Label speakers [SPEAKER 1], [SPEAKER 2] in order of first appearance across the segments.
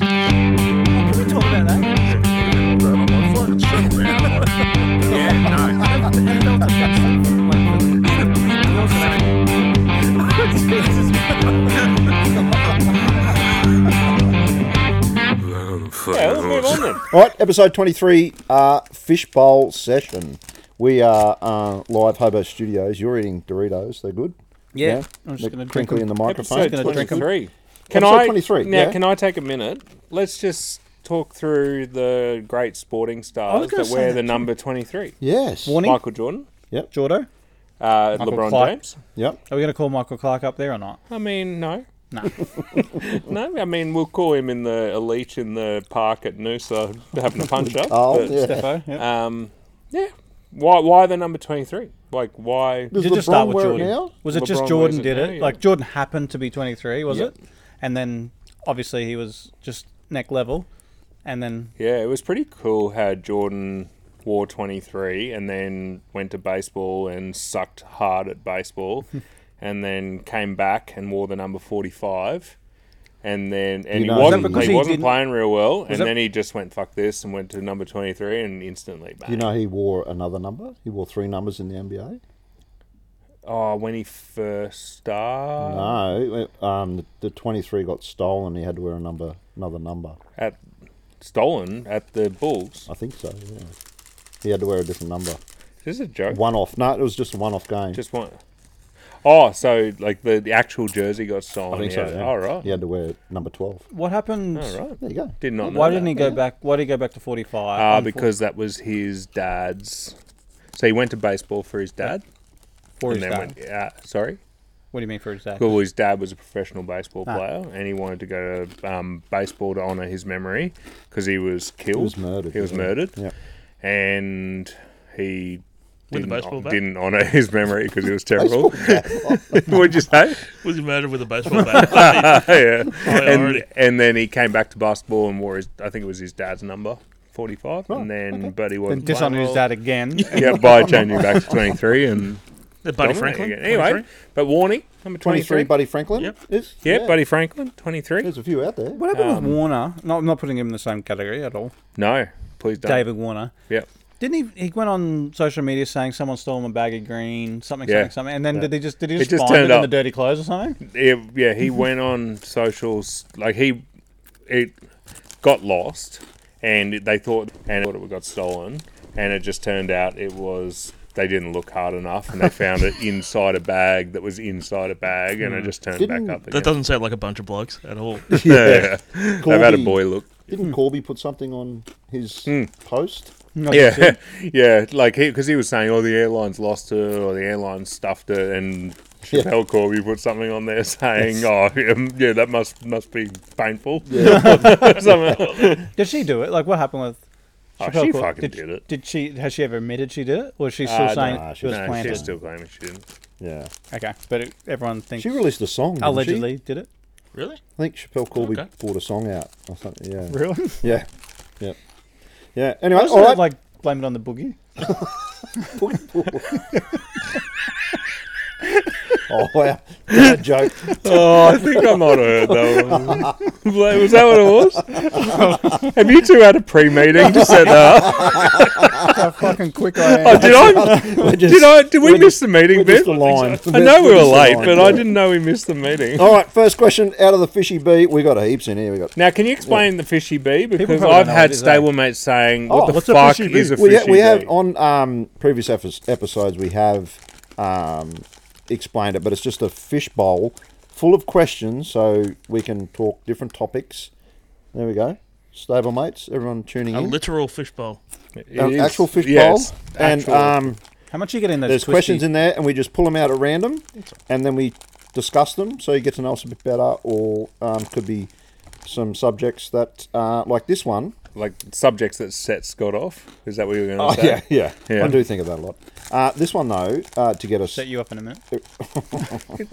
[SPEAKER 1] Who told her that?
[SPEAKER 2] Yeah, let's move on then.
[SPEAKER 3] All right, episode 23, uh, Fishbowl Session. We are uh, live Hobo Studios. You're eating Doritos. They're good.
[SPEAKER 1] Yeah. I'm just
[SPEAKER 3] They're
[SPEAKER 1] gonna drink
[SPEAKER 3] crinkly
[SPEAKER 1] them.
[SPEAKER 3] in the microphone.
[SPEAKER 2] Episode
[SPEAKER 1] gonna drink 'em.
[SPEAKER 2] 23. Can
[SPEAKER 3] Episode
[SPEAKER 2] I,
[SPEAKER 3] 23,
[SPEAKER 2] Now,
[SPEAKER 3] yeah.
[SPEAKER 2] can I take a minute? Let's just talk through the great sporting stars
[SPEAKER 1] gonna
[SPEAKER 2] that
[SPEAKER 1] say
[SPEAKER 2] wear
[SPEAKER 1] that
[SPEAKER 2] the number 23.
[SPEAKER 3] Yes.
[SPEAKER 1] Warning,
[SPEAKER 2] Michael Jordan,
[SPEAKER 1] Jordo.
[SPEAKER 2] uh,
[SPEAKER 1] Michael
[SPEAKER 2] LeBron
[SPEAKER 1] Clark.
[SPEAKER 2] James.
[SPEAKER 3] Yep.
[SPEAKER 1] Are we gonna call Michael Clark up there or not?
[SPEAKER 2] I mean, no.
[SPEAKER 1] No.
[SPEAKER 2] No, I mean, we'll call him in the elite in the park at Noosa having a punch up.
[SPEAKER 3] Oh,
[SPEAKER 2] but,
[SPEAKER 3] yeah.
[SPEAKER 1] Defo. Yep.
[SPEAKER 2] Um, yeah. Why, why the number 23? Like, why?
[SPEAKER 3] Does
[SPEAKER 1] Did it just
[SPEAKER 3] LeBron
[SPEAKER 1] start with
[SPEAKER 3] wear it
[SPEAKER 1] Jordan?
[SPEAKER 3] now?
[SPEAKER 1] Was it just
[SPEAKER 2] LeBron
[SPEAKER 1] Jordan
[SPEAKER 2] wears it
[SPEAKER 1] did
[SPEAKER 2] now,
[SPEAKER 1] it?
[SPEAKER 2] yeah.
[SPEAKER 1] Like Jordan happened to be 23, was
[SPEAKER 2] Yeah.
[SPEAKER 1] it? And then obviously he was just neck level, and then
[SPEAKER 2] Yeah, it was pretty cool how Jordan wore 23 and then went to baseball and sucked hard at baseball and then came back and wore the number 45. And then and
[SPEAKER 3] You know-
[SPEAKER 2] he
[SPEAKER 3] Was that
[SPEAKER 2] wasn't,
[SPEAKER 1] because
[SPEAKER 2] he
[SPEAKER 1] he
[SPEAKER 2] wasn't
[SPEAKER 1] didn't-
[SPEAKER 2] playing real well. And
[SPEAKER 1] that-
[SPEAKER 2] then he just went, fuck this, and went to number 23 and instantly back.
[SPEAKER 3] You know, he wore another number. He wore three numbers in the NBA.
[SPEAKER 2] oh, when he first started
[SPEAKER 3] No, it- um, the, the 23 got stolen. He had to wear a number, another number.
[SPEAKER 2] at stolen at the Bulls.
[SPEAKER 3] I think so, yeah. He had to wear a different number.
[SPEAKER 2] This is a joke.
[SPEAKER 3] One off. No, it was just a one off game.
[SPEAKER 2] Just one. Oh, so like the, the actual jersey got
[SPEAKER 3] I
[SPEAKER 2] stolen.
[SPEAKER 3] think
[SPEAKER 2] yeah.
[SPEAKER 3] so. Yeah.
[SPEAKER 2] All right.
[SPEAKER 3] He had to wear number 12.
[SPEAKER 1] what happened?
[SPEAKER 2] All Oh, right.
[SPEAKER 3] There you go.
[SPEAKER 2] Did not know.
[SPEAKER 1] Why didn't
[SPEAKER 2] that.
[SPEAKER 1] he go back? Why did he go back to 45?
[SPEAKER 2] Ah,
[SPEAKER 1] On
[SPEAKER 2] because that was his dad's. So he went to baseball for his dad,
[SPEAKER 1] for
[SPEAKER 2] and
[SPEAKER 1] his
[SPEAKER 2] then
[SPEAKER 1] dad.
[SPEAKER 2] went. Yeah, sorry.
[SPEAKER 1] What do you mean for his dad?
[SPEAKER 2] Well, his dad was a professional baseball
[SPEAKER 1] Ah.
[SPEAKER 2] player, and he wanted to go to um, baseball to honour his memory because he was killed.
[SPEAKER 3] He was murdered.
[SPEAKER 2] He was
[SPEAKER 3] wasn't
[SPEAKER 2] murdered,
[SPEAKER 3] Yeah.
[SPEAKER 2] and he
[SPEAKER 4] With a
[SPEAKER 2] didn't,
[SPEAKER 4] baseball bat?
[SPEAKER 2] didn't honour his memory because he was terrible. What'd you say? Oh,
[SPEAKER 4] Was he murdered with a baseball bat?
[SPEAKER 2] yeah.
[SPEAKER 4] Priority.
[SPEAKER 2] And, and then he came back to basketball and wore his. I think it was his dad's number, forty-five,
[SPEAKER 3] Oh,
[SPEAKER 2] and then but he wasn't. playing
[SPEAKER 1] Dishonored his
[SPEAKER 2] well.
[SPEAKER 1] dad again.
[SPEAKER 2] yeah, by changing back to 23 and
[SPEAKER 4] The Buddy
[SPEAKER 2] dominate
[SPEAKER 4] Franklin.
[SPEAKER 2] again. Anyway,
[SPEAKER 4] 23?
[SPEAKER 2] but warning number
[SPEAKER 3] 23,
[SPEAKER 2] 23.
[SPEAKER 3] Buddy Franklin?
[SPEAKER 4] Yep.
[SPEAKER 3] Is?
[SPEAKER 2] yeah, Buddy Franklin, 23.
[SPEAKER 3] There's a few out there.
[SPEAKER 1] What happened
[SPEAKER 2] Um,
[SPEAKER 1] with Warner? No, I'm not putting him in the same category at all.
[SPEAKER 2] No, please don't.
[SPEAKER 1] David Warner.
[SPEAKER 2] Yep.
[SPEAKER 1] Didn't he? He went on social media saying someone stole him a bag of green, something,
[SPEAKER 2] Yeah.
[SPEAKER 1] something, something. And then did he just did he just,
[SPEAKER 2] just
[SPEAKER 1] find
[SPEAKER 2] turned
[SPEAKER 1] it in
[SPEAKER 2] up.
[SPEAKER 1] the dirty clothes or something?
[SPEAKER 2] Yeah, yeah, he went on socials. Like he, it got lost, and it- they thought and thought it got stolen, and it just turned out it was they didn't look hard enough, and they found it inside a bag that was inside a bag, and it just turned
[SPEAKER 3] Didn't-
[SPEAKER 2] back up
[SPEAKER 4] That
[SPEAKER 2] again.
[SPEAKER 4] doesn't sound like a bunch of blokes at all.
[SPEAKER 2] Yeah, they've had a
[SPEAKER 3] Corby-
[SPEAKER 2] boy look.
[SPEAKER 3] Didn't Corby put something on his post?
[SPEAKER 1] Not just him.
[SPEAKER 2] Yeah, yeah, like he because he was saying, "Oh, the airlines lost it, or the airlines stuffed it," and
[SPEAKER 3] Yeah.
[SPEAKER 2] Chappelle Corby put something on there saying, "Oh, yeah, yeah, that must must be painful." Something-
[SPEAKER 1] Did she do it? Like what happened with?
[SPEAKER 2] Oh,
[SPEAKER 1] Chappelle
[SPEAKER 2] she
[SPEAKER 1] Cor-
[SPEAKER 2] fucking
[SPEAKER 1] did,
[SPEAKER 2] did it.
[SPEAKER 1] Did she? Has she ever admitted she did it, or is she still
[SPEAKER 2] Uh, no,
[SPEAKER 1] saying
[SPEAKER 3] nah,
[SPEAKER 1] it
[SPEAKER 3] she-
[SPEAKER 1] was
[SPEAKER 3] no,
[SPEAKER 2] no,
[SPEAKER 1] planted?
[SPEAKER 2] she's still claiming she didn't.
[SPEAKER 3] Yeah.
[SPEAKER 1] Okay, but it, everyone thinks
[SPEAKER 3] She released a song. didn't she?
[SPEAKER 1] allegedly did it.
[SPEAKER 4] Really?
[SPEAKER 3] I think Chappelle Corby
[SPEAKER 4] Okay.
[SPEAKER 3] brought a song out. Or something. Yeah.
[SPEAKER 1] Really?
[SPEAKER 3] Yeah. Yeah. Yeah. Anyway,
[SPEAKER 1] I just
[SPEAKER 3] all right.
[SPEAKER 1] like blame it on the boogie.
[SPEAKER 3] oh, wow. Bad joke.
[SPEAKER 2] Oh, I think I might have heard that one. was that what it was? Have you two had a pre-meeting to set that up? Oh,
[SPEAKER 1] How fucking quick I am.
[SPEAKER 2] Did I?
[SPEAKER 3] We're just-
[SPEAKER 2] Did I? Did we
[SPEAKER 3] we're
[SPEAKER 2] miss the meeting
[SPEAKER 3] we're
[SPEAKER 2] bit?
[SPEAKER 3] just a line.
[SPEAKER 2] I know we were
[SPEAKER 3] just a
[SPEAKER 2] late,
[SPEAKER 3] line,
[SPEAKER 2] but
[SPEAKER 3] yeah.
[SPEAKER 2] I didn't know we missed the meeting.
[SPEAKER 3] All right, first question out of the fishy bee. We got heaps in here. We got.
[SPEAKER 2] Now, can you explain the fishy bee? Because
[SPEAKER 1] probably don't
[SPEAKER 2] I've
[SPEAKER 1] know what it
[SPEAKER 2] had
[SPEAKER 1] is, eh?
[SPEAKER 2] stablemates saying, "What
[SPEAKER 3] Oh,
[SPEAKER 2] the
[SPEAKER 3] what's
[SPEAKER 1] a
[SPEAKER 2] fuck
[SPEAKER 1] fishy bee?
[SPEAKER 2] is a fishy
[SPEAKER 3] We, ha- we have
[SPEAKER 2] bee?"
[SPEAKER 3] on um, previous epi- episodes we have um, explained it, but it's just a fish bowl full of questions, so we can talk different topics. There we go. Stable mates, everyone tuning
[SPEAKER 4] A
[SPEAKER 3] in.
[SPEAKER 4] literal fishbowl.
[SPEAKER 2] It
[SPEAKER 3] An
[SPEAKER 1] um,
[SPEAKER 2] is-
[SPEAKER 3] actual fish
[SPEAKER 2] yes,
[SPEAKER 3] bowl, and
[SPEAKER 2] actual-
[SPEAKER 1] uh,
[SPEAKER 3] um,
[SPEAKER 1] How much you get in those?
[SPEAKER 3] there's
[SPEAKER 1] twisty-
[SPEAKER 3] questions in there, and we just pull them out at random, and then we discuss them, so you get to know us a bit better, or um, could be some subjects that, uh, like this one.
[SPEAKER 2] like subjects that set Scott off. Is that what you were going to
[SPEAKER 3] Oh,
[SPEAKER 2] say?
[SPEAKER 3] yeah, yeah,
[SPEAKER 2] Yeah.
[SPEAKER 3] I do think of that a lot. Uh, this one, though, uh, to get us.
[SPEAKER 1] Set you up in a minute.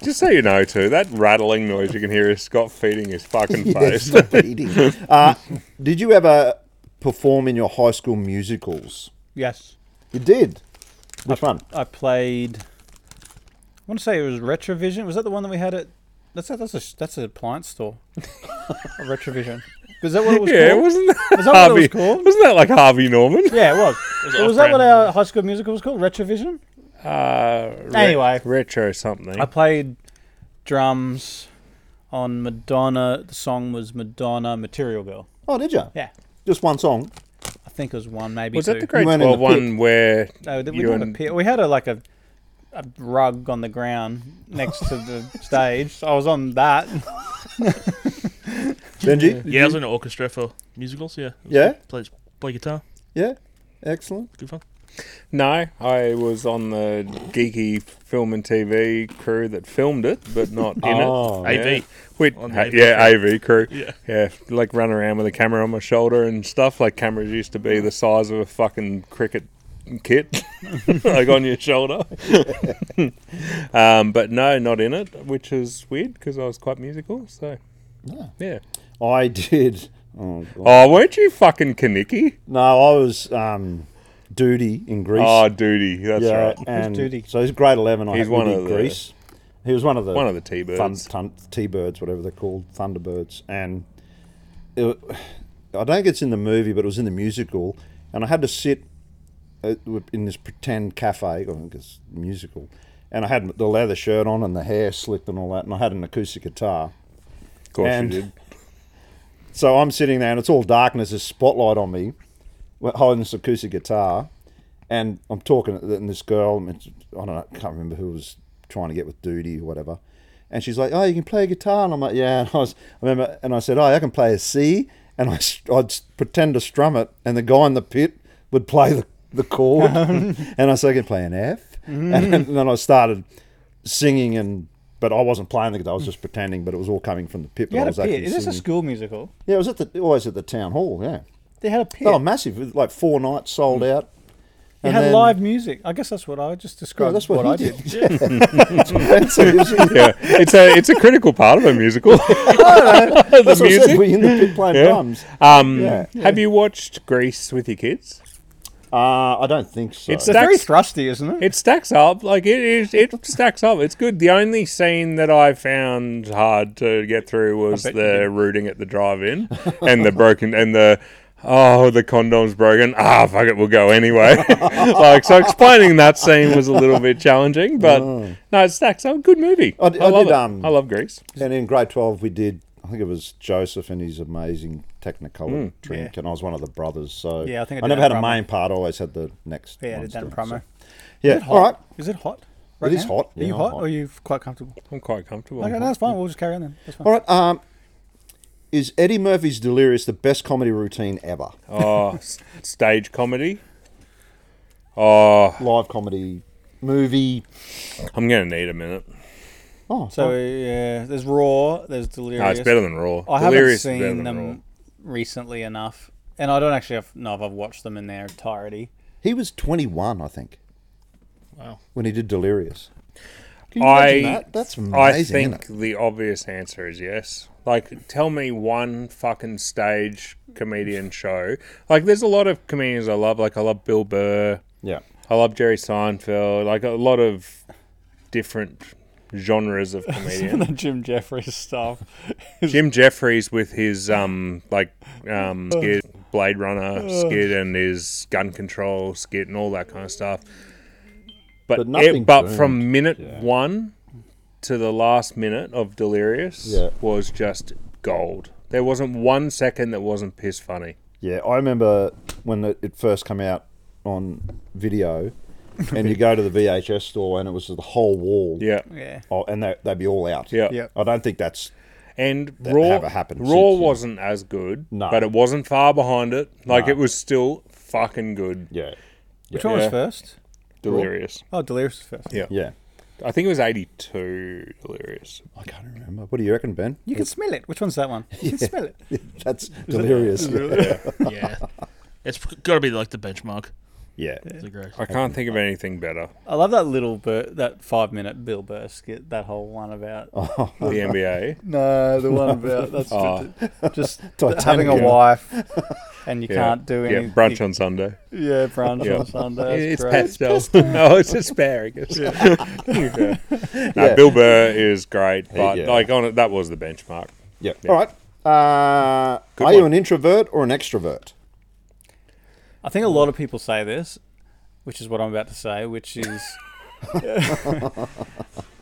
[SPEAKER 2] Just so you know, too, that rattling noise you can hear is Scott feeding his fucking face.
[SPEAKER 3] Yes, reading. uh, did you ever perform in your high school musicals?
[SPEAKER 1] Yes,
[SPEAKER 3] You did. Which one?
[SPEAKER 1] I played. I want to say it was Retrovision. Was that the one that we had at That's a, that's a that's an appliance store. A Retrovision. Is that what it was
[SPEAKER 2] yeah,
[SPEAKER 1] called?
[SPEAKER 2] wasn't that,
[SPEAKER 1] Is that what it
[SPEAKER 2] Harvey?
[SPEAKER 1] was called?
[SPEAKER 2] Wasn't that like Harvey Norman?
[SPEAKER 1] Yeah, it was.
[SPEAKER 4] was
[SPEAKER 1] was that what
[SPEAKER 4] off-brand.
[SPEAKER 1] our high school musical was called? Retrovision.
[SPEAKER 2] Uh, re-
[SPEAKER 1] Anyway.
[SPEAKER 2] retro something.
[SPEAKER 1] I played drums on Madonna. The song was Madonna Material Girl.
[SPEAKER 3] Oh, did you?
[SPEAKER 1] Yeah,
[SPEAKER 3] Just one song.
[SPEAKER 1] I think it was one, maybe
[SPEAKER 2] was
[SPEAKER 1] two.
[SPEAKER 2] that the grade
[SPEAKER 3] You weren't in the
[SPEAKER 2] twelve one where
[SPEAKER 1] No, th- we,
[SPEAKER 2] you
[SPEAKER 1] didn't have a
[SPEAKER 2] and
[SPEAKER 1] pit. we had a like a, a rug on the ground next to the stage. So I was on that.
[SPEAKER 3] Benji?
[SPEAKER 4] Yeah, I was in an orchestra for musicals. Yeah. It was
[SPEAKER 3] Yeah?
[SPEAKER 4] good. Play, play guitar.
[SPEAKER 3] Yeah. Excellent.
[SPEAKER 4] Good fun.
[SPEAKER 2] no, I was on the geeky film and TV crew that filmed it, but not in
[SPEAKER 3] Oh.
[SPEAKER 2] it.
[SPEAKER 4] AV.
[SPEAKER 2] Which,
[SPEAKER 4] On the
[SPEAKER 2] ha-
[SPEAKER 4] AV
[SPEAKER 2] yeah, AV crew.
[SPEAKER 4] Yeah.
[SPEAKER 2] Yeah, like run around with a camera on my shoulder and stuff. Like cameras used to be the size of a fucking cricket kit, like on your shoulder. um, but no, not in it, which is weird because I was quite musical. So yeah.
[SPEAKER 3] I did. Oh, God.
[SPEAKER 2] Oh, weren't you fucking Kaniki?
[SPEAKER 3] No, I was um, duty in Greece.
[SPEAKER 2] Oh, duty. That's
[SPEAKER 3] yeah,
[SPEAKER 2] right.
[SPEAKER 3] and
[SPEAKER 1] Duty?
[SPEAKER 3] so he's grade eleven. I
[SPEAKER 2] He's
[SPEAKER 3] had, we
[SPEAKER 2] one
[SPEAKER 3] did
[SPEAKER 2] of the-
[SPEAKER 3] Greece. He was one of the
[SPEAKER 2] One of the T-birds.
[SPEAKER 3] thun- tun- T-birds, whatever they're called, Thunderbirds. And it, wa- I don't think it's in the movie, but it was in the musical. And I had to sit uh, in this pretend cafe, I think it's musical. And I had the leather shirt on and the hair slicked and all that. And I had an acoustic guitar.
[SPEAKER 2] Of course
[SPEAKER 3] and-
[SPEAKER 2] you did.
[SPEAKER 3] So I'm sitting there and it's all darkness, there's a spotlight on me, we're holding this acoustic guitar, and I'm talking to th- and this girl, and it's- I don't know, I can't remember who was trying to get with Duty or whatever. And she's like, Oh, you can play guitar? And I'm like, Yeah. And I, was, I remember, and I said, Oh, I can play a C. And I, s- I'd s- pretend to strum it, and the guy in the pit would play the, the chord. and I said, I can play an F. And,
[SPEAKER 1] Mm.
[SPEAKER 3] then, and then I started singing, and but I wasn't playing the guitar, I was just pretending, but it was all coming from the pit. But
[SPEAKER 1] You
[SPEAKER 3] I
[SPEAKER 1] had a
[SPEAKER 3] was actually
[SPEAKER 1] pit. Is this a
[SPEAKER 3] singing.
[SPEAKER 1] school musical?
[SPEAKER 3] Yeah, it was at the always at the town hall. Yeah,
[SPEAKER 1] They had a pit.
[SPEAKER 3] they were massive. it was Like four nights sold out.
[SPEAKER 1] Mm. you
[SPEAKER 3] Oh, and
[SPEAKER 1] had
[SPEAKER 3] then-
[SPEAKER 1] live music. I guess that's what I just
[SPEAKER 3] Yeah,
[SPEAKER 1] described.
[SPEAKER 3] that's what,
[SPEAKER 1] I
[SPEAKER 3] he
[SPEAKER 1] did.
[SPEAKER 3] did. that's what he was in.
[SPEAKER 2] Yeah, it's a it's a critical part of a musical. the
[SPEAKER 3] That's what I said.
[SPEAKER 2] music.
[SPEAKER 3] We're in the pit playing
[SPEAKER 2] Yeah.
[SPEAKER 3] drums.
[SPEAKER 2] Um,
[SPEAKER 3] Yeah.
[SPEAKER 2] Have you watched Grease with your kids?
[SPEAKER 3] Uh, I don't think so.
[SPEAKER 2] It's
[SPEAKER 1] It's very
[SPEAKER 2] That's-
[SPEAKER 1] thrusty, isn't it?
[SPEAKER 2] It stacks up. Like it is. It stacks up. It's good. The only scene that I found hard to get through was
[SPEAKER 1] bet you
[SPEAKER 2] the rooting at the drive-in and the broken and the. Oh, the condom's broken. Ah, fuck it, we'll go anyway. like so, explaining that scene was a little bit challenging, but no, it stacks up. Good movie. I,
[SPEAKER 3] Oh. I d- I
[SPEAKER 2] love
[SPEAKER 3] did,
[SPEAKER 2] it.
[SPEAKER 3] um,
[SPEAKER 2] I love Grease.
[SPEAKER 3] and in grade twelve, we did. I think it was Joseph and his amazing Technicolor drink, and I was one of the brothers. So
[SPEAKER 1] Mm. Yeah, I think I
[SPEAKER 3] I
[SPEAKER 1] did
[SPEAKER 3] never
[SPEAKER 1] that
[SPEAKER 3] had a
[SPEAKER 1] promo.
[SPEAKER 3] main part. I always had the next.
[SPEAKER 1] yeah, I did that in promo.
[SPEAKER 3] Yeah,
[SPEAKER 1] Is it hot?
[SPEAKER 3] all right.
[SPEAKER 1] Is it hot?
[SPEAKER 3] It is hot.
[SPEAKER 1] Are you
[SPEAKER 3] Yeah,
[SPEAKER 1] hot,
[SPEAKER 3] I'm
[SPEAKER 1] or are you f- quite comfortable?
[SPEAKER 2] I'm quite comfortable.
[SPEAKER 1] Okay, no, that's fine. We'll just carry on then. That's fine.
[SPEAKER 3] All right. Um, is Eddie Murphy's Delirious the best comedy routine ever?
[SPEAKER 2] Oh, s- stage comedy. Oh,
[SPEAKER 3] Live comedy, movie.
[SPEAKER 2] I'm gonna need a minute.
[SPEAKER 3] Oh,
[SPEAKER 1] So yeah, there's raw. There's delirious.
[SPEAKER 2] No, it's better than Raw.
[SPEAKER 1] I
[SPEAKER 2] Delirious is
[SPEAKER 1] haven't
[SPEAKER 2] better
[SPEAKER 1] seen
[SPEAKER 2] than
[SPEAKER 1] them
[SPEAKER 2] Raw.
[SPEAKER 1] recently enough, and I don't actually have, know if I've watched them in their entirety.
[SPEAKER 3] He was 21, I think,
[SPEAKER 4] Wow.
[SPEAKER 3] when he did Delirious. Can
[SPEAKER 2] I
[SPEAKER 3] That's amazing.
[SPEAKER 2] I
[SPEAKER 3] isn't
[SPEAKER 2] think the obvious answer is yes. Like, tell me one fucking stage comedian show. Like, there's a lot of comedians I love. Like, I love Bill Burr.
[SPEAKER 3] it? Yeah.
[SPEAKER 2] I love Jerry Seinfeld. Like, a lot of different genres of comedian.
[SPEAKER 1] the Jim Jeffries stuff.
[SPEAKER 2] Jim Jeffries with his um like
[SPEAKER 3] Uh.
[SPEAKER 2] um skit, Blade Runner skit and his gun control skit and all that kind of stuff. But
[SPEAKER 3] But
[SPEAKER 2] it-
[SPEAKER 3] nothing
[SPEAKER 2] but
[SPEAKER 3] boomed,
[SPEAKER 2] from minute one to the last minute of Delirious
[SPEAKER 3] Yeah.
[SPEAKER 2] was just gold. There wasn't one second that wasn't piss funny.
[SPEAKER 3] Yeah, I remember when it it first came out on video, and you go to the VHS store, and it was the whole wall.
[SPEAKER 2] Yeah.
[SPEAKER 1] Yeah.
[SPEAKER 3] Oh, and they, they'd be all out.
[SPEAKER 2] Yeah.
[SPEAKER 1] Yep.
[SPEAKER 3] I don't think that's.
[SPEAKER 2] And
[SPEAKER 3] that
[SPEAKER 2] Raw,
[SPEAKER 3] haven't happened since,
[SPEAKER 2] Raw
[SPEAKER 3] yeah.
[SPEAKER 2] wasn't as good,
[SPEAKER 3] No.
[SPEAKER 2] but it wasn't far behind it. Like
[SPEAKER 3] No.
[SPEAKER 2] it was still fucking good.
[SPEAKER 3] Yeah.
[SPEAKER 1] Which one was
[SPEAKER 2] Yeah.
[SPEAKER 1] first?
[SPEAKER 2] Delirious.
[SPEAKER 1] Oh, Delirious was first.
[SPEAKER 3] Yeah.
[SPEAKER 2] I think it was 82 Delirious.
[SPEAKER 3] I can't remember. What do you reckon, Ben?
[SPEAKER 1] You can smell it. Which one's that one? You can smell it.
[SPEAKER 3] That's Delirious. yeah.
[SPEAKER 4] Yeah. It's got to be like the benchmark.
[SPEAKER 3] yeah.
[SPEAKER 4] It's a great.
[SPEAKER 2] I can't think of anything better.
[SPEAKER 1] I love that little bur- that five minute Bill Burr skit. That whole one about
[SPEAKER 2] The NBA.
[SPEAKER 1] no, the one about that's
[SPEAKER 2] Oh.
[SPEAKER 1] just
[SPEAKER 3] Titanic,
[SPEAKER 1] having a
[SPEAKER 3] yeah.
[SPEAKER 1] wife and you
[SPEAKER 2] Yeah.
[SPEAKER 1] can't do
[SPEAKER 2] Yeah,
[SPEAKER 1] any
[SPEAKER 2] brunch on Sunday.
[SPEAKER 1] Yeah, brunch
[SPEAKER 2] Yeah.
[SPEAKER 1] on Sunday.
[SPEAKER 2] it's
[SPEAKER 1] That's great.
[SPEAKER 2] pastel. no, it's asparagus. Yeah. No,
[SPEAKER 3] Yeah.
[SPEAKER 2] Bill Burr is great, but
[SPEAKER 3] yeah.
[SPEAKER 2] like on it, that was the benchmark.
[SPEAKER 3] Yep.
[SPEAKER 2] Yeah.
[SPEAKER 3] All right. Uh,
[SPEAKER 2] Good
[SPEAKER 3] are you
[SPEAKER 2] one.
[SPEAKER 3] an introvert or an extrovert?
[SPEAKER 1] I think a lot of people say this, which is what I'm about to say, which is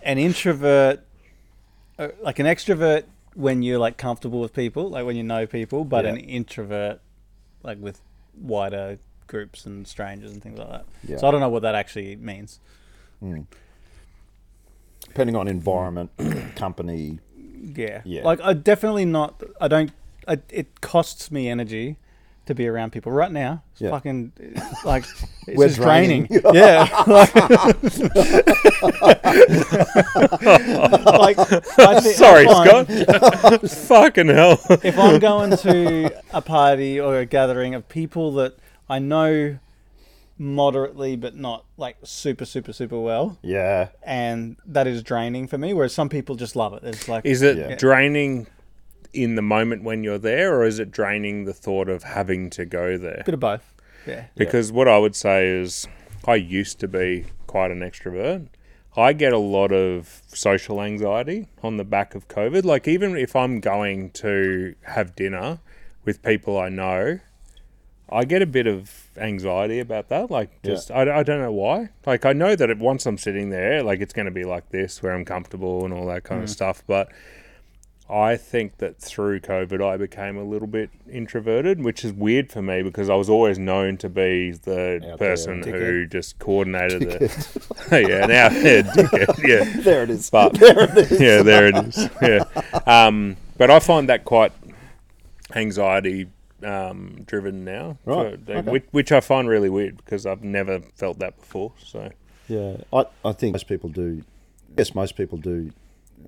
[SPEAKER 1] an introvert, uh, like an extrovert when you're like comfortable with people, like when you know people, but
[SPEAKER 3] Yeah.
[SPEAKER 1] an introvert, like with wider groups and strangers and things like that.
[SPEAKER 3] Yeah.
[SPEAKER 1] So I don't know what that actually means.
[SPEAKER 3] Depending on environment, company.
[SPEAKER 1] Yeah.
[SPEAKER 3] Yeah.
[SPEAKER 1] Like I definitely not. I don't. I, it costs me energy to be around people right now. It's
[SPEAKER 3] Yeah.
[SPEAKER 1] fucking like it's
[SPEAKER 3] We're
[SPEAKER 1] just draining. yeah. Like, like, I thi-
[SPEAKER 2] Sorry,
[SPEAKER 1] I find
[SPEAKER 2] Scott. Fucking hell.
[SPEAKER 1] If I'm going to a party or a gathering of people that I know moderately but not like super super super well
[SPEAKER 3] Yeah.
[SPEAKER 1] and that is draining for me whereas some people just love it it's like
[SPEAKER 2] Is it
[SPEAKER 3] Yeah.
[SPEAKER 2] draining in the moment when you're there, or is it draining the thought of having to go there?
[SPEAKER 1] bit of both yeah
[SPEAKER 2] Because what I would say is, I used to be quite an extrovert. I get a lot of social anxiety on the back of COVID. Like, even if I'm going to have dinner with people I know, I get a bit of anxiety about that. Like,
[SPEAKER 3] Yeah.
[SPEAKER 2] just, I, I don't know why. Like, I know that it, once I'm sitting there, like, it's going to be like this where I'm comfortable and all that kind
[SPEAKER 3] Mm.
[SPEAKER 2] of stuff. But I think that through COVID, I became a little bit introverted, which is weird for me because I was always known to be the
[SPEAKER 3] Out there,
[SPEAKER 2] person who just coordinated the. yeah, now, yeah, dickhead, yeah.
[SPEAKER 3] There it is.
[SPEAKER 2] But
[SPEAKER 3] there it is.
[SPEAKER 2] yeah, there it is. Yeah, um, but I find that quite anxiety um, driven now,
[SPEAKER 3] Right,
[SPEAKER 2] for-
[SPEAKER 3] okay.
[SPEAKER 2] which, which I find really weird because I've never felt that before. So
[SPEAKER 3] Yeah. I, I think most people do. Yes, most people do.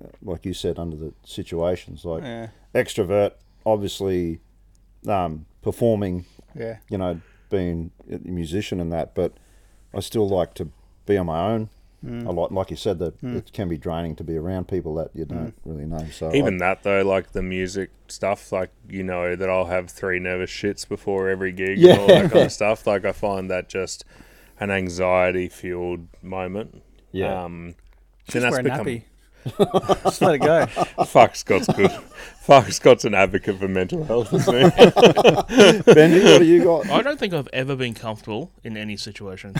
[SPEAKER 3] uh, Like you said, under the situations, like
[SPEAKER 1] yeah
[SPEAKER 3] extrovert, obviously um, performing
[SPEAKER 1] yeah
[SPEAKER 3] you know, being a musician and that, but I still like to be on my own. I like, like you said, that it can be draining to be around people that you don't really know. So
[SPEAKER 2] even that though, like the music stuff, like you know that I'll have three nervous shits before every gig and all
[SPEAKER 3] Yeah.
[SPEAKER 2] that kind of stuff. Like I find that just an anxiety fueled moment.
[SPEAKER 3] Yeah.
[SPEAKER 2] Um,
[SPEAKER 1] Just
[SPEAKER 2] and that's
[SPEAKER 1] wear a
[SPEAKER 2] become
[SPEAKER 1] nappy. Just let it go.
[SPEAKER 2] fuck Scott's good. fuck Scott's an advocate for mental health, isn't he?
[SPEAKER 3] I, Benji, what do you got?
[SPEAKER 4] I don't think I've ever been comfortable in any situation.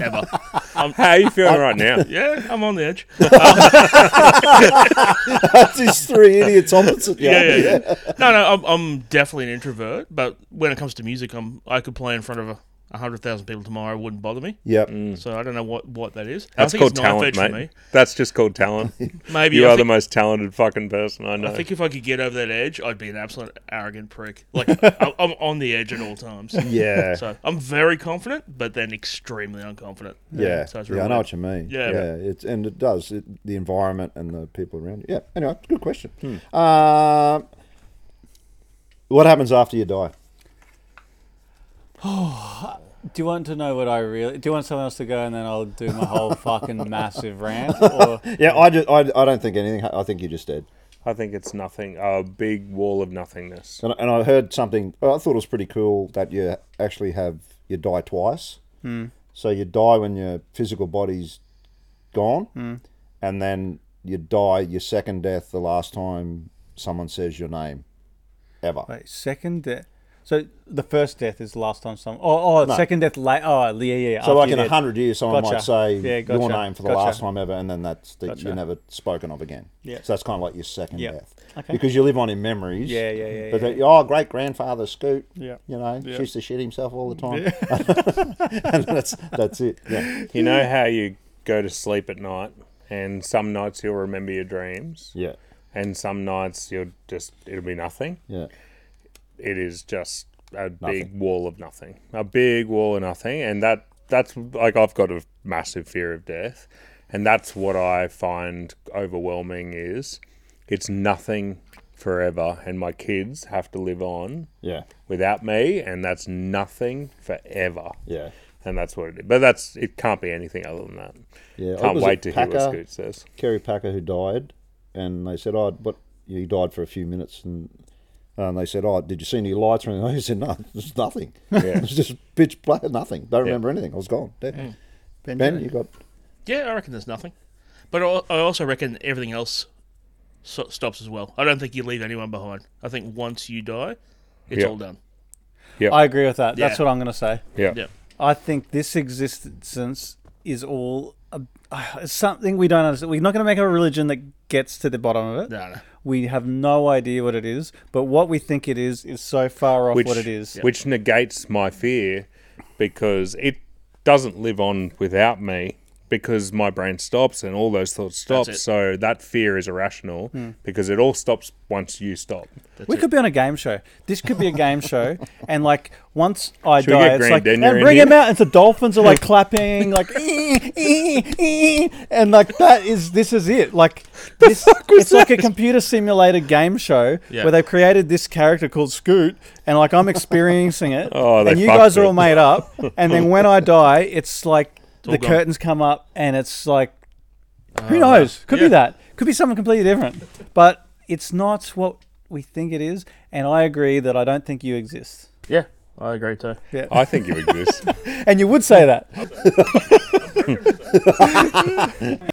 [SPEAKER 4] ever.
[SPEAKER 2] How are you feeling right now?
[SPEAKER 4] Yeah, I'm on the edge.
[SPEAKER 3] That's his three idiots opposite.
[SPEAKER 4] yeah, yeah, yeah. No, no, I'm, I'm definitely an introvert, but when it comes to music, I'm I could play in front of a. 100,000 people tomorrow wouldn't bother me.
[SPEAKER 3] Yep.
[SPEAKER 4] So I don't know what, what that is.
[SPEAKER 2] That's
[SPEAKER 4] I think
[SPEAKER 2] called
[SPEAKER 4] it's
[SPEAKER 2] talent,
[SPEAKER 4] non-fetch
[SPEAKER 2] mate.
[SPEAKER 4] for me.
[SPEAKER 2] That's just called talent.
[SPEAKER 4] Maybe
[SPEAKER 2] you
[SPEAKER 4] I
[SPEAKER 2] are the
[SPEAKER 4] think,
[SPEAKER 2] most talented fucking person I know.
[SPEAKER 4] I think if I could get over that edge, I'd be an absolute arrogant prick. Like I- I'm on the edge at all times.
[SPEAKER 3] Yeah.
[SPEAKER 4] So I'm very confident, but then extremely unconfident.
[SPEAKER 3] Yeah,
[SPEAKER 4] So it's
[SPEAKER 3] yeah,
[SPEAKER 4] really
[SPEAKER 3] I know what you mean.
[SPEAKER 4] Yeah.
[SPEAKER 3] it's and it does it, the environment and the people around you. Yeah. Anyway, good question.
[SPEAKER 4] Hmm.
[SPEAKER 3] Um, what happens after you die?
[SPEAKER 1] Do you want to know what I really? Do you want someone else to go and then I'll do my whole fucking massive rant? Or
[SPEAKER 3] Yeah, I, just, I, I don't think anything. ha- I think you're just dead.
[SPEAKER 2] I think it's nothing. A big wall of nothingness.
[SPEAKER 3] And, and I heard something. I thought it was pretty cool that you actually have you die twice.
[SPEAKER 4] Hmm.
[SPEAKER 3] So you die when your physical body's gone,
[SPEAKER 4] Hmm.
[SPEAKER 3] and then you die your second death the last time someone says your name, ever.
[SPEAKER 1] wait, second death. So the first death is the last time someone. Oh, oh, second death. Late. Oh, yeah, yeah. yeah,
[SPEAKER 3] So
[SPEAKER 1] after
[SPEAKER 3] like
[SPEAKER 1] you
[SPEAKER 3] in a
[SPEAKER 1] did.
[SPEAKER 3] hundred years, someone
[SPEAKER 1] Gotcha.
[SPEAKER 3] might say
[SPEAKER 1] Yeah,
[SPEAKER 3] your
[SPEAKER 1] gotcha.
[SPEAKER 3] name for the
[SPEAKER 1] Gotcha.
[SPEAKER 3] last time ever, and then that's the,
[SPEAKER 1] Gotcha.
[SPEAKER 3] you're never spoken of again.
[SPEAKER 1] Yeah.
[SPEAKER 3] So that's kind of like your second
[SPEAKER 1] Yeah.
[SPEAKER 3] death,
[SPEAKER 1] Okay.
[SPEAKER 3] because you live on in memories.
[SPEAKER 1] Yeah, yeah, yeah,
[SPEAKER 3] But
[SPEAKER 1] yeah.
[SPEAKER 3] that, oh, great grandfather Scoot.
[SPEAKER 1] Yeah.
[SPEAKER 3] You know,
[SPEAKER 1] Yeah.
[SPEAKER 3] used to shit himself all the time. and that's that's it. Yeah.
[SPEAKER 2] You know how you go to sleep at night, and some nights you'll remember your dreams,
[SPEAKER 3] Yeah.
[SPEAKER 2] and some nights you'll just it'll be nothing.
[SPEAKER 3] Yeah.
[SPEAKER 2] It is just a big wall of nothing. A big wall of nothing, and that that's like I've got a massive fear of death, and that's what I find overwhelming is it's nothing forever, and my kids have to live on
[SPEAKER 3] Yeah.
[SPEAKER 2] without me, and that's nothing forever.
[SPEAKER 3] Yeah.
[SPEAKER 2] And that's what it is. But that's it can't be anything other than that.
[SPEAKER 3] Yeah.
[SPEAKER 2] Can't
[SPEAKER 3] Was it
[SPEAKER 2] wait to hear what
[SPEAKER 3] Packer?
[SPEAKER 2] Scoot says.
[SPEAKER 3] Kerry Packer who died, and they said, "Oh, but you died for a few minutes," and And they said, "Oh, did you see any lights or anything?" He said, "No, there's nothing.
[SPEAKER 2] Yeah.
[SPEAKER 3] it's just pitch black, nothing. Don't remember anything. I was gone." Yeah.
[SPEAKER 1] Mm.
[SPEAKER 3] Ben, you got
[SPEAKER 4] Yeah, I reckon there's nothing. But I I also reckon everything else so- stops as well. I don't think you leave anyone behind. I think once you die, it's
[SPEAKER 2] Yeah.
[SPEAKER 4] all done.
[SPEAKER 1] I agree with that. That's
[SPEAKER 4] Yeah.
[SPEAKER 1] what I'm going to say.
[SPEAKER 2] Yeah.
[SPEAKER 4] Yeah.
[SPEAKER 1] I think this existence is all a, uh, it's something we don't understand. We're not going to make a religion that gets to the bottom of it.
[SPEAKER 4] No, no.
[SPEAKER 1] We have no idea what it is, but what we think it is is so far off
[SPEAKER 2] Which,
[SPEAKER 1] what it is.
[SPEAKER 2] Which negates my fear because it doesn't live on without me because my brain stops and all those thoughts stop.
[SPEAKER 4] it.
[SPEAKER 2] So that fear is irrational
[SPEAKER 1] Hmm.
[SPEAKER 2] because it all stops once you stop.
[SPEAKER 1] we could be on a game show. This could be a game show, and like once I
[SPEAKER 2] Should we
[SPEAKER 1] die,
[SPEAKER 2] get
[SPEAKER 1] it's
[SPEAKER 2] Grand
[SPEAKER 1] like
[SPEAKER 2] Denier
[SPEAKER 1] and
[SPEAKER 2] in
[SPEAKER 1] bring
[SPEAKER 2] here?"
[SPEAKER 1] him out, and the dolphins are like clapping, like "Eh, eh, eh," and like that is this is it. Like this, it's like a computer simulated game show
[SPEAKER 4] Yeah.
[SPEAKER 1] where they've created this character called Scoot, and like I'm experiencing it,
[SPEAKER 2] Oh, they
[SPEAKER 1] and you
[SPEAKER 2] fucked
[SPEAKER 1] guys are
[SPEAKER 2] it.
[SPEAKER 1] all made up, and then when I die, it's like
[SPEAKER 4] all
[SPEAKER 1] the
[SPEAKER 4] gone.
[SPEAKER 1] curtains come up, and it's like who knows? Could
[SPEAKER 4] Yeah.
[SPEAKER 1] be that. Could be something completely different. But it's not what we think it is. And I agree that I don't think you exist.
[SPEAKER 4] Yeah, I agree too.
[SPEAKER 1] Yeah.
[SPEAKER 2] I think you exist.
[SPEAKER 1] and you would say that.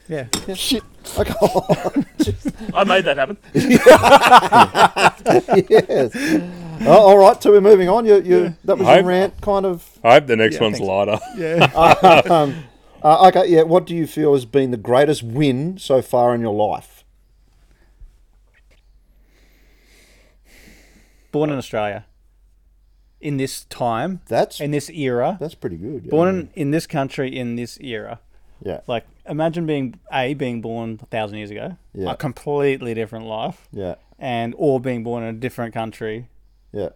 [SPEAKER 1] yeah.
[SPEAKER 3] shit. I oh, can't.
[SPEAKER 4] I made that happen.
[SPEAKER 3] yes. Oh, all right. So we're moving on. You, you. That was
[SPEAKER 2] I-
[SPEAKER 3] your rant, kind of.
[SPEAKER 2] I hope the next
[SPEAKER 1] Yeah,
[SPEAKER 2] one's
[SPEAKER 1] thanks.
[SPEAKER 2] lighter.
[SPEAKER 1] Yeah.
[SPEAKER 3] um, uh, okay, yeah. What do you feel has been the greatest win so far in your life?
[SPEAKER 1] Born in Australia. In this time,
[SPEAKER 3] That's
[SPEAKER 1] in this era.
[SPEAKER 3] that's pretty good. Yeah.
[SPEAKER 1] Born in, in this country, in this era.
[SPEAKER 3] yeah,
[SPEAKER 1] Like, imagine being A, being born a thousand years ago.
[SPEAKER 3] Yeah.
[SPEAKER 1] A completely different life.
[SPEAKER 3] yeah,
[SPEAKER 1] And, or being born in a different country.
[SPEAKER 3] yeah.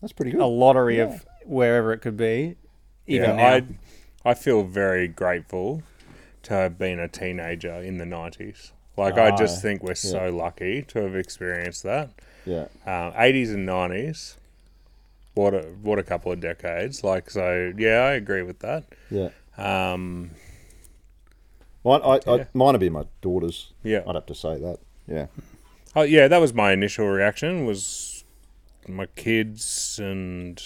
[SPEAKER 3] That's pretty
[SPEAKER 1] A
[SPEAKER 3] good.
[SPEAKER 1] lottery of wherever it could be. Even now.
[SPEAKER 2] yeah, I I feel very grateful to have been a teenager in the nineties. Like
[SPEAKER 1] Ah,
[SPEAKER 2] I just think we're so lucky to have experienced that.
[SPEAKER 3] Yeah,
[SPEAKER 2] Uh, Eighties and nineties. What a what a couple of decades. Like so, yeah, I agree with that.
[SPEAKER 3] yeah.
[SPEAKER 2] Um,
[SPEAKER 3] Mine, I, I, mine would be my daughter's.
[SPEAKER 2] Yeah.
[SPEAKER 3] I'd have to say that. Yeah,
[SPEAKER 2] oh yeah, that was my initial reaction was my kids and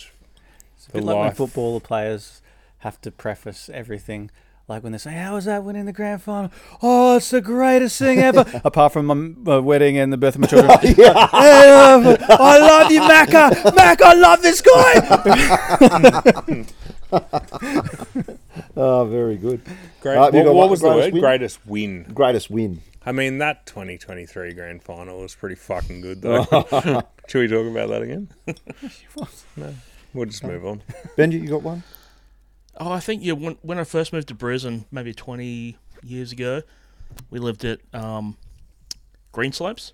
[SPEAKER 1] It's a
[SPEAKER 2] the
[SPEAKER 1] bit like when
[SPEAKER 2] life.
[SPEAKER 1] footballer players have to preface everything. Like when they say, "How was that winning the grand final?" Oh, it's the greatest thing ever. Apart from my, my wedding and the birth of my children. Hey, um, I love you, Macca. Mac, I love this guy.
[SPEAKER 3] oh, very good.
[SPEAKER 2] great.
[SPEAKER 3] Right, you
[SPEAKER 2] what what
[SPEAKER 3] got one-
[SPEAKER 2] was the word?
[SPEAKER 3] greatest win?
[SPEAKER 2] Greatest win.
[SPEAKER 3] Greatest win.
[SPEAKER 2] I mean, that 2023 grand final was pretty fucking good, though. Should we talk about that again? no. We'll just move on.
[SPEAKER 3] Benji, you got one?
[SPEAKER 4] Oh, I think yeah. When, when I first moved to Brisbane, maybe 20 years ago, we lived at um, Green Slopes.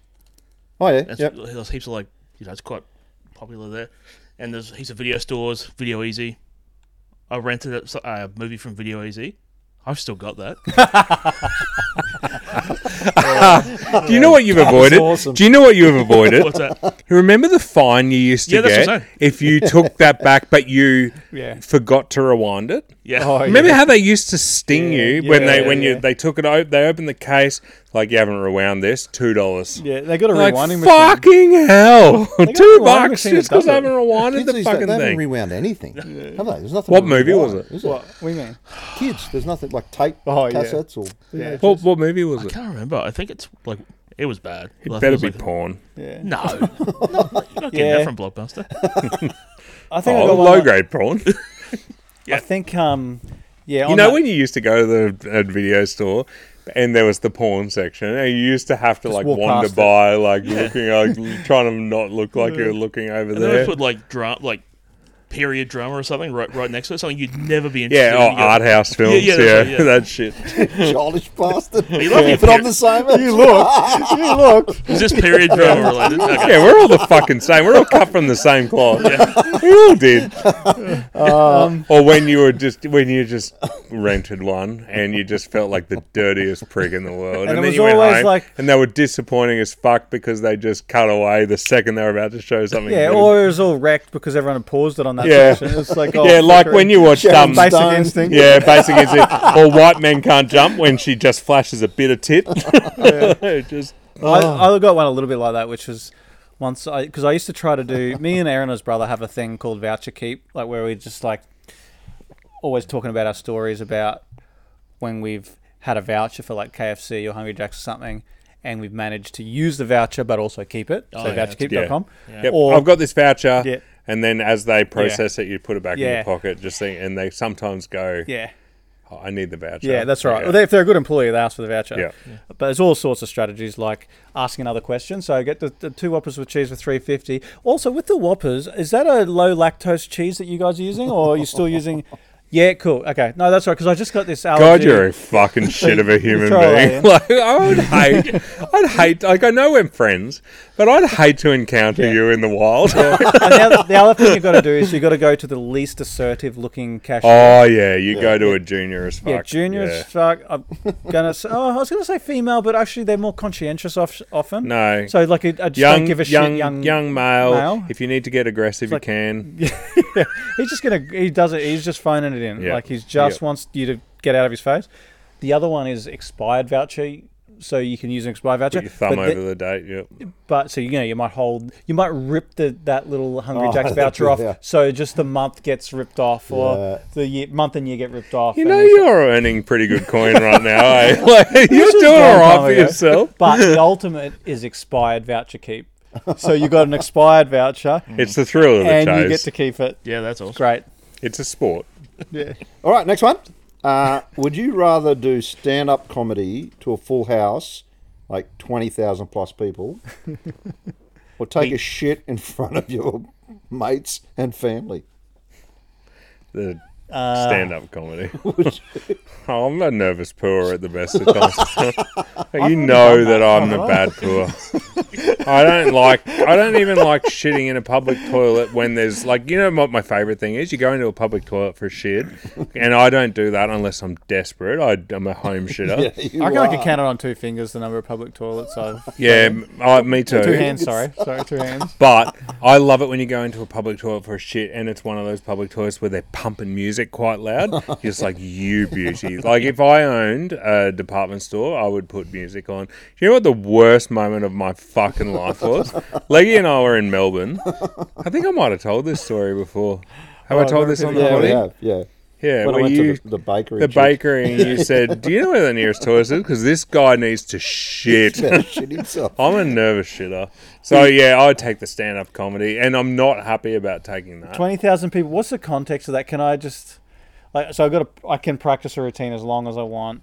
[SPEAKER 3] Oh yeah,
[SPEAKER 4] That's,
[SPEAKER 3] yep.
[SPEAKER 4] There's heaps of like, you know, it's quite popular there. And there's heaps of video stores, Video Easy. I rented a, so- a movie from Video Easy. I've still got that.
[SPEAKER 2] Do you know what you've avoided?
[SPEAKER 3] awesome.
[SPEAKER 2] Do you know what you've avoided?
[SPEAKER 4] What's that?
[SPEAKER 2] Remember the fine you used to
[SPEAKER 4] Yeah, that's
[SPEAKER 2] get
[SPEAKER 4] what I'm saying.
[SPEAKER 2] if you took that back, but you
[SPEAKER 1] Yeah.
[SPEAKER 2] forgot to rewind it.
[SPEAKER 4] Yeah.
[SPEAKER 1] Oh,
[SPEAKER 2] Remember how they used to sting you when
[SPEAKER 1] yeah,
[SPEAKER 2] they when you
[SPEAKER 1] yeah.
[SPEAKER 2] they took it out, they opened the case like you haven't rewound this two dollars.
[SPEAKER 1] yeah, they got a
[SPEAKER 2] Like
[SPEAKER 1] rewinding machine.
[SPEAKER 2] fucking hell,
[SPEAKER 1] got a
[SPEAKER 2] two
[SPEAKER 1] rewinding
[SPEAKER 2] bucks
[SPEAKER 1] machine that
[SPEAKER 2] just because I
[SPEAKER 1] does it.
[SPEAKER 2] haven't rewinded
[SPEAKER 3] Kids
[SPEAKER 2] the
[SPEAKER 3] these days,
[SPEAKER 2] fucking
[SPEAKER 3] they haven't
[SPEAKER 2] thing.
[SPEAKER 3] rewound anything, have they? There's nothing.
[SPEAKER 2] What
[SPEAKER 3] to
[SPEAKER 2] movie was
[SPEAKER 3] rewind,
[SPEAKER 2] it?
[SPEAKER 3] is
[SPEAKER 1] What? What do you mean?
[SPEAKER 3] Kids, there's nothing like tape
[SPEAKER 1] Oh, yeah.
[SPEAKER 3] cassettes or. Yeah.
[SPEAKER 2] What, what movie was
[SPEAKER 4] I
[SPEAKER 2] it?
[SPEAKER 4] can't remember. I think it's like, it was bad. Well, I
[SPEAKER 2] It
[SPEAKER 4] think
[SPEAKER 2] better
[SPEAKER 4] was
[SPEAKER 2] be
[SPEAKER 4] like-
[SPEAKER 2] porn.
[SPEAKER 1] Yeah.
[SPEAKER 4] No. no. You're not getting
[SPEAKER 1] Yeah.
[SPEAKER 4] that from Blockbuster.
[SPEAKER 1] I think I
[SPEAKER 2] Oh,
[SPEAKER 1] got one
[SPEAKER 2] low
[SPEAKER 1] like-
[SPEAKER 2] grade prawn.
[SPEAKER 1] I think um, yeah.
[SPEAKER 2] you
[SPEAKER 1] on
[SPEAKER 2] know
[SPEAKER 1] that-
[SPEAKER 2] when you used to go to the uh, video store and there was the porn section and you used to have to like
[SPEAKER 1] walk
[SPEAKER 2] wander
[SPEAKER 1] past it.
[SPEAKER 2] by like looking like trying to not look like you're looking over
[SPEAKER 4] And then they
[SPEAKER 2] there.
[SPEAKER 4] put like drum, like period drama or something right right next to it, something you'd never be interested
[SPEAKER 2] Yeah,
[SPEAKER 4] in.
[SPEAKER 2] oh,
[SPEAKER 4] You go,
[SPEAKER 2] art house films. Yeah,
[SPEAKER 4] yeah, that's right, yeah.
[SPEAKER 2] that shit.
[SPEAKER 3] Childish bastard.
[SPEAKER 4] You love your
[SPEAKER 3] But I'm
[SPEAKER 4] period-
[SPEAKER 3] the same. You look. You look.
[SPEAKER 4] Is this period drama related? Okay.
[SPEAKER 2] Yeah, we're all the fucking same. We're all cut from the same cloth. We all did. Uh,
[SPEAKER 1] Um,
[SPEAKER 2] or when you were just when you just rented one and you just felt like the dirtiest prig in the world,
[SPEAKER 1] And it was
[SPEAKER 2] you went
[SPEAKER 1] always
[SPEAKER 2] home
[SPEAKER 1] like-
[SPEAKER 2] and they were disappointing as fuck because they just cut away the second they were about to show something.
[SPEAKER 1] yeah,
[SPEAKER 2] good.
[SPEAKER 1] or it was all wrecked because everyone had paused it on that
[SPEAKER 2] Yeah.
[SPEAKER 1] section. It's like oh,
[SPEAKER 2] yeah, like when you watched um,
[SPEAKER 3] Sharon
[SPEAKER 1] Basic
[SPEAKER 3] Stone.
[SPEAKER 1] Instinct.
[SPEAKER 2] yeah, basic is it. Or white men can't jump when she just flashes a bit of tit. just
[SPEAKER 1] I, I got one a little bit like that, which was once I because I used to try to do me and Aaron's brother have a thing called voucher keep, like where we just like always talking about our stories about when we've had a voucher for like KFC or Hungry Jacks or something, and we've managed to use the voucher but also keep it.
[SPEAKER 4] Oh,
[SPEAKER 1] so
[SPEAKER 4] yeah, that's-
[SPEAKER 1] voucherkeep.com.
[SPEAKER 4] Yeah.
[SPEAKER 2] Yep,
[SPEAKER 1] Or-
[SPEAKER 2] I've got this voucher,
[SPEAKER 1] Yeah.
[SPEAKER 2] and then as they process it, you put it back in
[SPEAKER 1] Yeah.
[SPEAKER 2] your pocket. Just think, and they sometimes go,
[SPEAKER 1] yeah.
[SPEAKER 2] "Oh, "I need the voucher."
[SPEAKER 1] Yeah, that's right.
[SPEAKER 2] Yeah.
[SPEAKER 1] Well, they, if they're a good employee, they ask for the voucher.
[SPEAKER 2] Yeah.
[SPEAKER 1] But there's all sorts of strategies like asking another question. So get the, the two Whoppers with cheese for three fifty. Also with the Whoppers, is that a low lactose cheese that you guys are using, or are you still using? Yeah, cool. Okay, no, that's right. Because I just got this allergy.
[SPEAKER 2] God, you're a fucking shit of a human
[SPEAKER 1] throw away,
[SPEAKER 2] being. Like, I would hate, I'd hate. Like, I know we're friends, but I'd hate to encounter
[SPEAKER 1] Yeah.
[SPEAKER 2] you in the wild.
[SPEAKER 1] and the, other, the other thing you've got to do is you've got to go to the least assertive looking cashier.
[SPEAKER 2] oh yeah, you go to a junior as fuck.
[SPEAKER 1] yeah, junior
[SPEAKER 2] Yeah.
[SPEAKER 1] as fuck. I'm gonna. Say, oh, I was gonna say female, but actually they're more conscientious of, often.
[SPEAKER 2] No.
[SPEAKER 1] So like, I just
[SPEAKER 2] Young,
[SPEAKER 1] don't give a
[SPEAKER 2] young,
[SPEAKER 1] shit.
[SPEAKER 2] young, male.
[SPEAKER 1] male.
[SPEAKER 2] If you need to get aggressive,
[SPEAKER 1] like-
[SPEAKER 2] you can.
[SPEAKER 1] He's just gonna. He does it. He's just phoning it in.
[SPEAKER 2] Yeah.
[SPEAKER 1] Like he's just
[SPEAKER 2] Yeah.
[SPEAKER 1] wants you to get out of his face. The other one is expired voucher, so you can use an expired voucher.
[SPEAKER 2] Put your thumb
[SPEAKER 1] but, the-
[SPEAKER 2] over the, date. Yep.
[SPEAKER 1] but so you know you might hold, you might rip the that little Hungry
[SPEAKER 3] Oh,
[SPEAKER 1] Jack's
[SPEAKER 3] yeah.
[SPEAKER 1] voucher off. So just the month gets ripped off, or
[SPEAKER 3] Yeah.
[SPEAKER 1] the year, month and year get ripped off.
[SPEAKER 2] You
[SPEAKER 1] and
[SPEAKER 2] know
[SPEAKER 1] it's-
[SPEAKER 2] you're earning pretty good coin right now. Eh? Like, you're
[SPEAKER 1] This oh, was
[SPEAKER 2] doing
[SPEAKER 1] a long
[SPEAKER 2] all
[SPEAKER 1] time
[SPEAKER 2] right for
[SPEAKER 1] ago.
[SPEAKER 2] yourself.
[SPEAKER 1] But the ultimate is expired voucher keep. So you got an expired voucher,
[SPEAKER 2] It's the thrill of the
[SPEAKER 1] and you get
[SPEAKER 2] chase.
[SPEAKER 1] to keep it.
[SPEAKER 4] Yeah, that's awesome.
[SPEAKER 1] Great.
[SPEAKER 2] it's a sport.
[SPEAKER 3] All right, next one. Uh, would you rather do stand-up comedy to a full house, like twenty thousand plus people, or take a shit in front of your mates and family?
[SPEAKER 2] The stand-up comedy. oh, I'm a nervous poor at the best of times. you know that I'm a bad poor. I don't like. I don't even like shitting in a public toilet when there's like you know what my favorite thing is. You go into a public toilet for a shit, and I don't do that unless I'm desperate. I, am a home shitter.
[SPEAKER 3] Yeah, you
[SPEAKER 1] I reckon I could
[SPEAKER 3] are.
[SPEAKER 1] count it on two fingers the number of public toilets I've.
[SPEAKER 2] Yeah, m I me too.
[SPEAKER 1] Two hands, sorry. Sorry, two hands.
[SPEAKER 2] But I love it when you go into a public toilet for a shit, and it's one of those public toilets where they're pumping music quite loud. Just like you, beauty. Like if I owned a department store, I would put music on. You know what the worst moment of my fucking life was? Leggy and I were in Melbourne. I think I might have told this story before. Have I
[SPEAKER 1] Oh,
[SPEAKER 2] told this on the
[SPEAKER 1] repeat it.
[SPEAKER 3] Yeah, we
[SPEAKER 2] recording?
[SPEAKER 3] have. Yeah.
[SPEAKER 2] Yeah,
[SPEAKER 3] When I
[SPEAKER 2] were
[SPEAKER 3] went
[SPEAKER 2] you
[SPEAKER 3] to the, the bakery,
[SPEAKER 2] the
[SPEAKER 3] and shit,
[SPEAKER 2] bakery and you said, "Do you know where the nearest toilet is? Because this guy needs to shit."
[SPEAKER 3] yeah, shit himself.
[SPEAKER 2] I'm a nervous shitter. So yeah, I take the stand up comedy and I'm not happy about taking that.
[SPEAKER 1] Twenty thousand people. What's the context of that? Can I just like so? I got to. I can practice a routine as long as I want.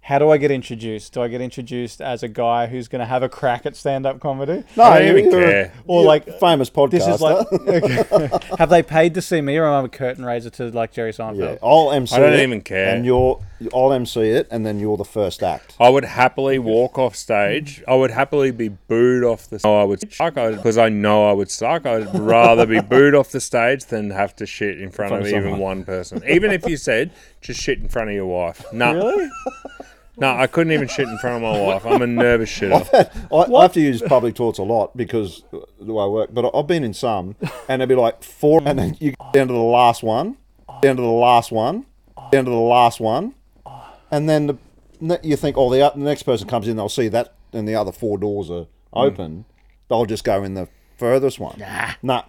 [SPEAKER 1] How do I get introduced? Do I get introduced as a guy who's going to have a crack at stand-up comedy?
[SPEAKER 2] I don't even
[SPEAKER 3] you're a-
[SPEAKER 2] care.
[SPEAKER 1] Or
[SPEAKER 3] you're a
[SPEAKER 1] like,
[SPEAKER 3] famous podcaster.
[SPEAKER 1] This is like, have they paid to see me, or am I a curtain raiser to like Jerry
[SPEAKER 3] yeah,
[SPEAKER 1] Seinfeld?
[SPEAKER 3] I'll MC.
[SPEAKER 2] I don't
[SPEAKER 3] it,
[SPEAKER 2] even care.
[SPEAKER 3] And you're, I'll MC it, and then you're the first act.
[SPEAKER 2] I would happily walk off stage. I would happily be booed off the. Oh, I would suck because I know I would suck. I'd rather be booed off the stage than have to shit in front,
[SPEAKER 3] front
[SPEAKER 2] of,
[SPEAKER 3] of
[SPEAKER 2] even
[SPEAKER 3] someone.
[SPEAKER 2] one person. Even if you said just shit in front of your wife. No,
[SPEAKER 1] Really?
[SPEAKER 2] no, I couldn't even shit in front of my wife. I'm a nervous shitter.
[SPEAKER 3] I, I have to use public toilets a lot because the way I work, but I've been in some, and they'd be like four, and then you get down to the last one, down to the last one, down to the last one, and then the, ne- you think, oh, the, o- the next person comes in, they'll see that, and the other four doors are
[SPEAKER 2] Hmm.
[SPEAKER 3] open, they'll just go in the furthest one. Nah,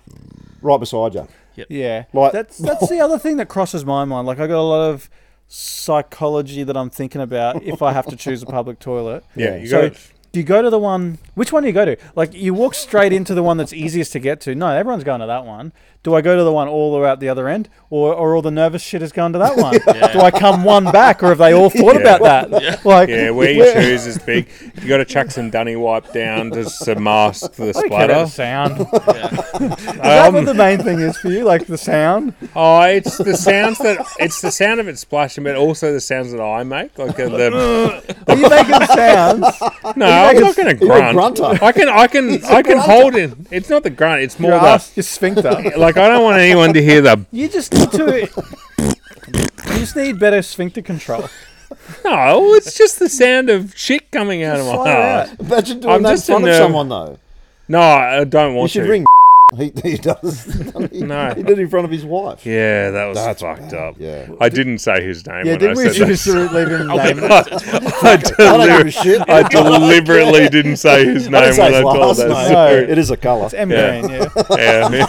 [SPEAKER 3] right beside you.
[SPEAKER 1] Yeah,
[SPEAKER 3] Like-
[SPEAKER 1] that's that's the other thing that crosses my mind. Like I got a lot of psychology that I'm thinking about if I have to choose a public toilet.
[SPEAKER 2] Yeah, you
[SPEAKER 1] so
[SPEAKER 2] got.
[SPEAKER 1] do you go to the one? Which one do you go to? Like you walk straight into the one that's easiest to get to. No, everyone's going to that one. Do I go to the one all the way out the other end, or or all the nervous shit is going to that one? Do I come one back, or have they all thought about that? Like
[SPEAKER 2] Yeah, where you choose is big. You got to chuck some dunny wipe down to s- mask the
[SPEAKER 1] I don't care about
[SPEAKER 2] splatter.
[SPEAKER 1] the sound. Is that
[SPEAKER 2] Um,
[SPEAKER 1] what the main thing is for you? Like the sound?
[SPEAKER 2] Oh, it's the sounds that it's the sound of it splashing, but also the sounds that I make, like uh, the
[SPEAKER 1] Are you making sounds?
[SPEAKER 2] no, I'm not going to
[SPEAKER 3] you're a
[SPEAKER 2] grunt.
[SPEAKER 3] grunter.
[SPEAKER 2] I can, I can, I can hold in. It's not the grunt. It's more
[SPEAKER 1] Your
[SPEAKER 2] the
[SPEAKER 1] ass, your sphincter.
[SPEAKER 2] like. I don't want anyone to hear the
[SPEAKER 1] You just need to. You just need better sphincter control.
[SPEAKER 2] no. It's just the sound of shit coming out of
[SPEAKER 1] Fire
[SPEAKER 2] my
[SPEAKER 1] out.
[SPEAKER 2] ass.
[SPEAKER 3] Imagine doing
[SPEAKER 2] I'm
[SPEAKER 3] that in
[SPEAKER 2] just a
[SPEAKER 3] front of
[SPEAKER 2] nerve-
[SPEAKER 3] someone though.
[SPEAKER 2] No, I don't
[SPEAKER 3] You
[SPEAKER 2] want
[SPEAKER 3] should
[SPEAKER 2] to.
[SPEAKER 3] ring He, he does.
[SPEAKER 2] No.
[SPEAKER 3] He did it in front of his wife.
[SPEAKER 2] Yeah, that was
[SPEAKER 3] That's
[SPEAKER 2] fucked
[SPEAKER 3] bad.
[SPEAKER 2] up.
[SPEAKER 3] Yeah.
[SPEAKER 2] I didn't say his name when
[SPEAKER 3] Yeah,
[SPEAKER 2] I
[SPEAKER 3] did we
[SPEAKER 2] said
[SPEAKER 3] choose
[SPEAKER 2] that.
[SPEAKER 3] to leave him
[SPEAKER 4] Okay,
[SPEAKER 3] nameless?
[SPEAKER 4] but it's- it's-
[SPEAKER 2] I,
[SPEAKER 3] I don't give a
[SPEAKER 2] deliber-
[SPEAKER 3] shit.
[SPEAKER 2] I deliberately didn't say his name
[SPEAKER 3] I didn't say
[SPEAKER 2] when I
[SPEAKER 3] his
[SPEAKER 2] told
[SPEAKER 3] last
[SPEAKER 2] that
[SPEAKER 3] name.
[SPEAKER 2] story.
[SPEAKER 3] It is a colour.
[SPEAKER 1] It's Embrain, yeah.
[SPEAKER 2] Yeah,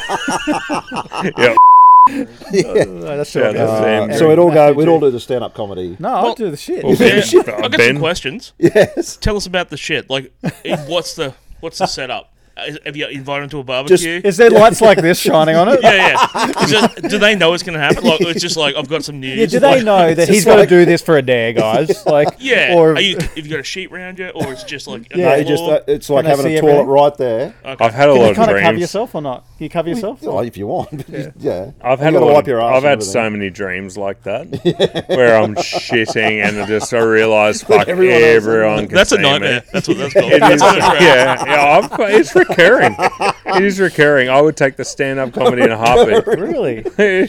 [SPEAKER 2] I mean- yeah.
[SPEAKER 1] No, that's
[SPEAKER 2] Yeah,
[SPEAKER 1] what
[SPEAKER 2] that's
[SPEAKER 1] it is.
[SPEAKER 2] Embrain.
[SPEAKER 3] Uh,
[SPEAKER 1] Embrain.
[SPEAKER 3] so it all go.
[SPEAKER 1] Matthew
[SPEAKER 3] We'd
[SPEAKER 1] G.
[SPEAKER 3] all do the stand-up comedy.
[SPEAKER 1] No, I'll do the shit.
[SPEAKER 2] Well, oh,
[SPEAKER 4] yeah,
[SPEAKER 2] Shit.
[SPEAKER 4] I got
[SPEAKER 2] Ben?
[SPEAKER 4] some questions.
[SPEAKER 3] Yes.
[SPEAKER 4] Tell us about the shit. Like, eh, what's the what's the setup? Is- Have you invited them to a
[SPEAKER 3] Just-
[SPEAKER 4] barbecue?
[SPEAKER 1] Is there lights like this shining on it?
[SPEAKER 4] yeah, yeah. Is it- do they know it's going to happen? Like, it's just like I've got some news.
[SPEAKER 1] Yeah, do they
[SPEAKER 4] Like,
[SPEAKER 1] know that
[SPEAKER 3] It's
[SPEAKER 1] he's
[SPEAKER 3] just
[SPEAKER 1] got to
[SPEAKER 3] like-
[SPEAKER 1] do this for a day, guys? Like,
[SPEAKER 4] Yeah.
[SPEAKER 1] or
[SPEAKER 4] Are you, have you got a sheet round you, or it's just like
[SPEAKER 3] No,
[SPEAKER 1] Yeah,
[SPEAKER 3] you just.
[SPEAKER 4] floor?
[SPEAKER 3] uh, it's like
[SPEAKER 1] Can I
[SPEAKER 3] having
[SPEAKER 1] see
[SPEAKER 3] a toilet
[SPEAKER 1] everything?
[SPEAKER 3] right there.
[SPEAKER 4] Okay.
[SPEAKER 2] I've had a
[SPEAKER 1] Can
[SPEAKER 2] lot
[SPEAKER 1] you
[SPEAKER 2] of
[SPEAKER 1] kind of cover
[SPEAKER 2] dreams.
[SPEAKER 1] yourself or not? Can you cover yourself?
[SPEAKER 3] Well, if you want. Yeah.
[SPEAKER 2] I've
[SPEAKER 3] You
[SPEAKER 2] had a
[SPEAKER 3] gotta
[SPEAKER 2] lot
[SPEAKER 3] wipe
[SPEAKER 2] of,
[SPEAKER 3] your arse
[SPEAKER 2] I've
[SPEAKER 3] and
[SPEAKER 2] had
[SPEAKER 3] everything.
[SPEAKER 2] so many dreams like that where I'm shitting and I just I realise fuck
[SPEAKER 3] everyone
[SPEAKER 2] everyone,
[SPEAKER 3] else-
[SPEAKER 2] can
[SPEAKER 4] That's a
[SPEAKER 2] see me.
[SPEAKER 4] nightmare. That's what that's called.
[SPEAKER 2] It is, yeah, yeah I'm, it's recurring. It is recurring. I would take the stand-up comedy in a heartbeat.
[SPEAKER 1] Really?
[SPEAKER 2] yeah,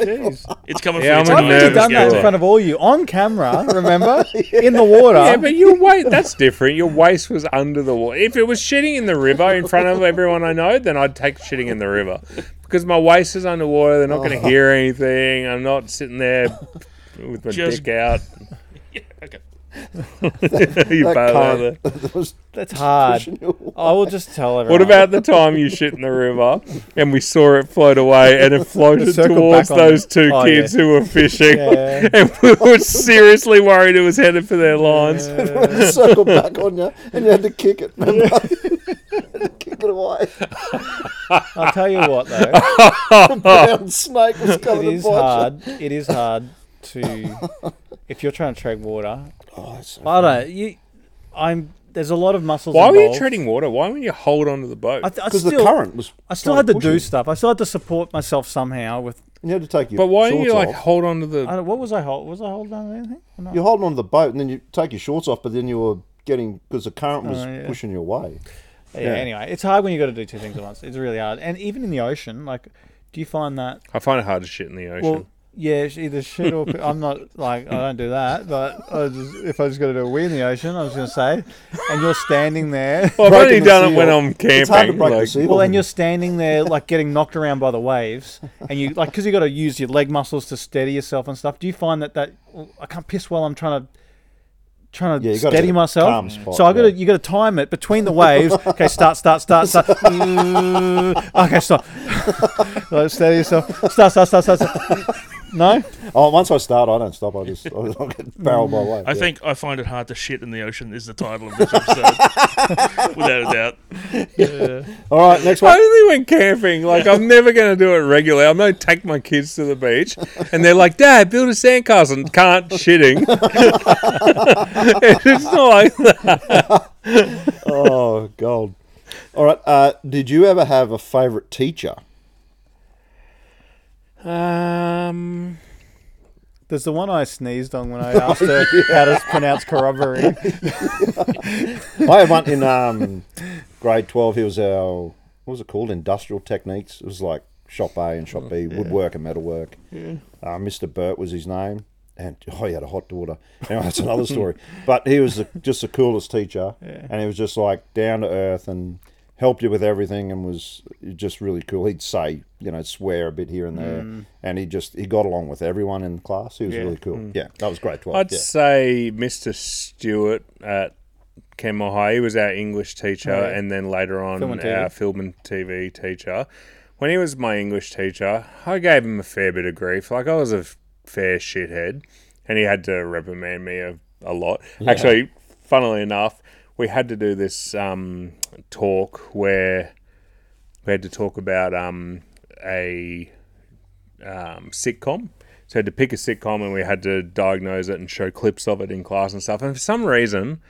[SPEAKER 1] Jeez.
[SPEAKER 4] It's coming
[SPEAKER 2] Yeah,
[SPEAKER 4] from
[SPEAKER 1] I've
[SPEAKER 2] I'm
[SPEAKER 1] already
[SPEAKER 2] a
[SPEAKER 4] your
[SPEAKER 2] nervous
[SPEAKER 1] done that in
[SPEAKER 2] guy.
[SPEAKER 1] front of all you on camera, remember? In the water.
[SPEAKER 2] yeah, but your weight—that's different. Your waist was under the water. If it was shitting in the river in front of everyone I know, then I'd take shitting in the river because my waist is underwater. They're not
[SPEAKER 3] Oh.
[SPEAKER 2] going to hear anything. I'm not sitting there with my
[SPEAKER 4] Just-
[SPEAKER 2] dick out.
[SPEAKER 4] Okay.
[SPEAKER 2] You
[SPEAKER 3] That
[SPEAKER 2] bastard.
[SPEAKER 3] cunt that was
[SPEAKER 1] That's hard.
[SPEAKER 3] pushing you.
[SPEAKER 1] I will just tell everyone.
[SPEAKER 2] What about the time you shit in the river and we saw it float away and it floated
[SPEAKER 1] circled
[SPEAKER 2] towards
[SPEAKER 1] back on it.
[SPEAKER 2] those two
[SPEAKER 1] Oh,
[SPEAKER 2] kids
[SPEAKER 1] yeah.
[SPEAKER 2] who were fishing?
[SPEAKER 1] Yeah.
[SPEAKER 2] And we were seriously worried it was headed for their lines.
[SPEAKER 3] circled back on you, and you had to kick it. remember? kick it away.
[SPEAKER 1] I'll tell you what though,
[SPEAKER 3] Brown snake was
[SPEAKER 1] it
[SPEAKER 3] coming to
[SPEAKER 1] is
[SPEAKER 3] bite
[SPEAKER 1] hard. It is hard to if you're trying to tread water.
[SPEAKER 3] you. Oh, it's so-
[SPEAKER 1] I don't. know, You, I'm. There's a lot of muscles.
[SPEAKER 2] Why were you
[SPEAKER 1] involved.
[SPEAKER 2] treading water? Why wouldn't you hold onto the boat?
[SPEAKER 1] I, th- I
[SPEAKER 3] Because
[SPEAKER 1] still,
[SPEAKER 3] the current was.
[SPEAKER 1] I still
[SPEAKER 3] trying
[SPEAKER 1] had to
[SPEAKER 3] push
[SPEAKER 1] do
[SPEAKER 3] you.
[SPEAKER 1] stuff. I still had to support myself somehow with.
[SPEAKER 3] And you had to take your.
[SPEAKER 2] but why didn't
[SPEAKER 3] shorts
[SPEAKER 2] you like
[SPEAKER 3] off.
[SPEAKER 2] hold onto the?
[SPEAKER 1] I don't, what was I hold? Was I holding on to anything? Or not?
[SPEAKER 3] You're holding on to the boat, and then you take your shorts off, but then you were getting because the current was
[SPEAKER 1] Oh, yeah.
[SPEAKER 3] pushing you away.
[SPEAKER 1] Yeah,
[SPEAKER 3] yeah.
[SPEAKER 1] Anyway, it's hard when you got to do two things at once. It's really hard, and even in the ocean, like, do you find that?
[SPEAKER 2] I find it hard to shit in the ocean.
[SPEAKER 1] Well, yeah, it's either shit or I'm not like I don't do that, but I just, if I was going to do a wee in the ocean, I was going to say, and you're standing there.
[SPEAKER 2] Well, I've
[SPEAKER 3] breaking
[SPEAKER 2] only
[SPEAKER 3] the
[SPEAKER 2] done it
[SPEAKER 3] seal.
[SPEAKER 2] when I'm camping.
[SPEAKER 3] It's hard to break the
[SPEAKER 2] like-
[SPEAKER 3] seal.
[SPEAKER 1] Well, and you're standing there like getting knocked around by the waves, and you like because you got to use your leg muscles to steady yourself and stuff. Do you find that that well, I can't piss while I'm trying to trying to
[SPEAKER 3] Yeah, you gotta
[SPEAKER 1] steady
[SPEAKER 3] hit a
[SPEAKER 1] myself?
[SPEAKER 3] calm spot,
[SPEAKER 1] so I got to
[SPEAKER 3] yeah.
[SPEAKER 1] you got to time it between the waves. okay, start, start, start, start. okay, stop. Like, steady yourself. Start, start, start, start. start. No.
[SPEAKER 3] Oh, once I start, I don't stop. I just I I
[SPEAKER 1] Mm.
[SPEAKER 3] get barreled my way.
[SPEAKER 4] I think I find it hard to shit in the ocean is the title of this episode, without a doubt.
[SPEAKER 3] All right, next one.
[SPEAKER 2] Only when camping. Like I'm never going to do it regularly. I'm going to take my kids to the beach, and they're like, "Dad, build a sandcastle." And can't shitting. it's not like that.
[SPEAKER 3] Oh, gold. All right. Uh, did you ever have a favourite teacher?
[SPEAKER 2] Um,
[SPEAKER 1] There's the one I sneezed on when I asked her how to pronounce corroboree.
[SPEAKER 3] I had one in um, grade 12. He was our, what was it called? Industrial techniques. It was like shop A and shop B, woodwork and metalwork. Yeah. Uh, Mr. Burt was his name. And oh, he had a hot daughter. Anyway, that's another story. But he was the, just the coolest teacher. And he was just like down to earth and helped you with everything and was just really cool. He'd say, you know, swear a bit here and there. And he just, he got along with everyone in class. He was really cool. Yeah, that was grade 12.
[SPEAKER 2] I'd
[SPEAKER 3] yeah.
[SPEAKER 2] say Mr. Stewart at Kenmore High. He was our English teacher,
[SPEAKER 1] Oh, yeah.
[SPEAKER 2] and then later on
[SPEAKER 1] Film and TV.
[SPEAKER 2] our film and TV teacher. When he was my English teacher, I gave him a fair bit of grief. Like I was a fair shithead, and he had to reprimand me a, a lot. Actually, funnily enough, we had to do this um, talk where we had to talk about um, a um, sitcom. So had to pick a sitcom and we had to diagnose it and show clips of it in class and stuff. And for some reason,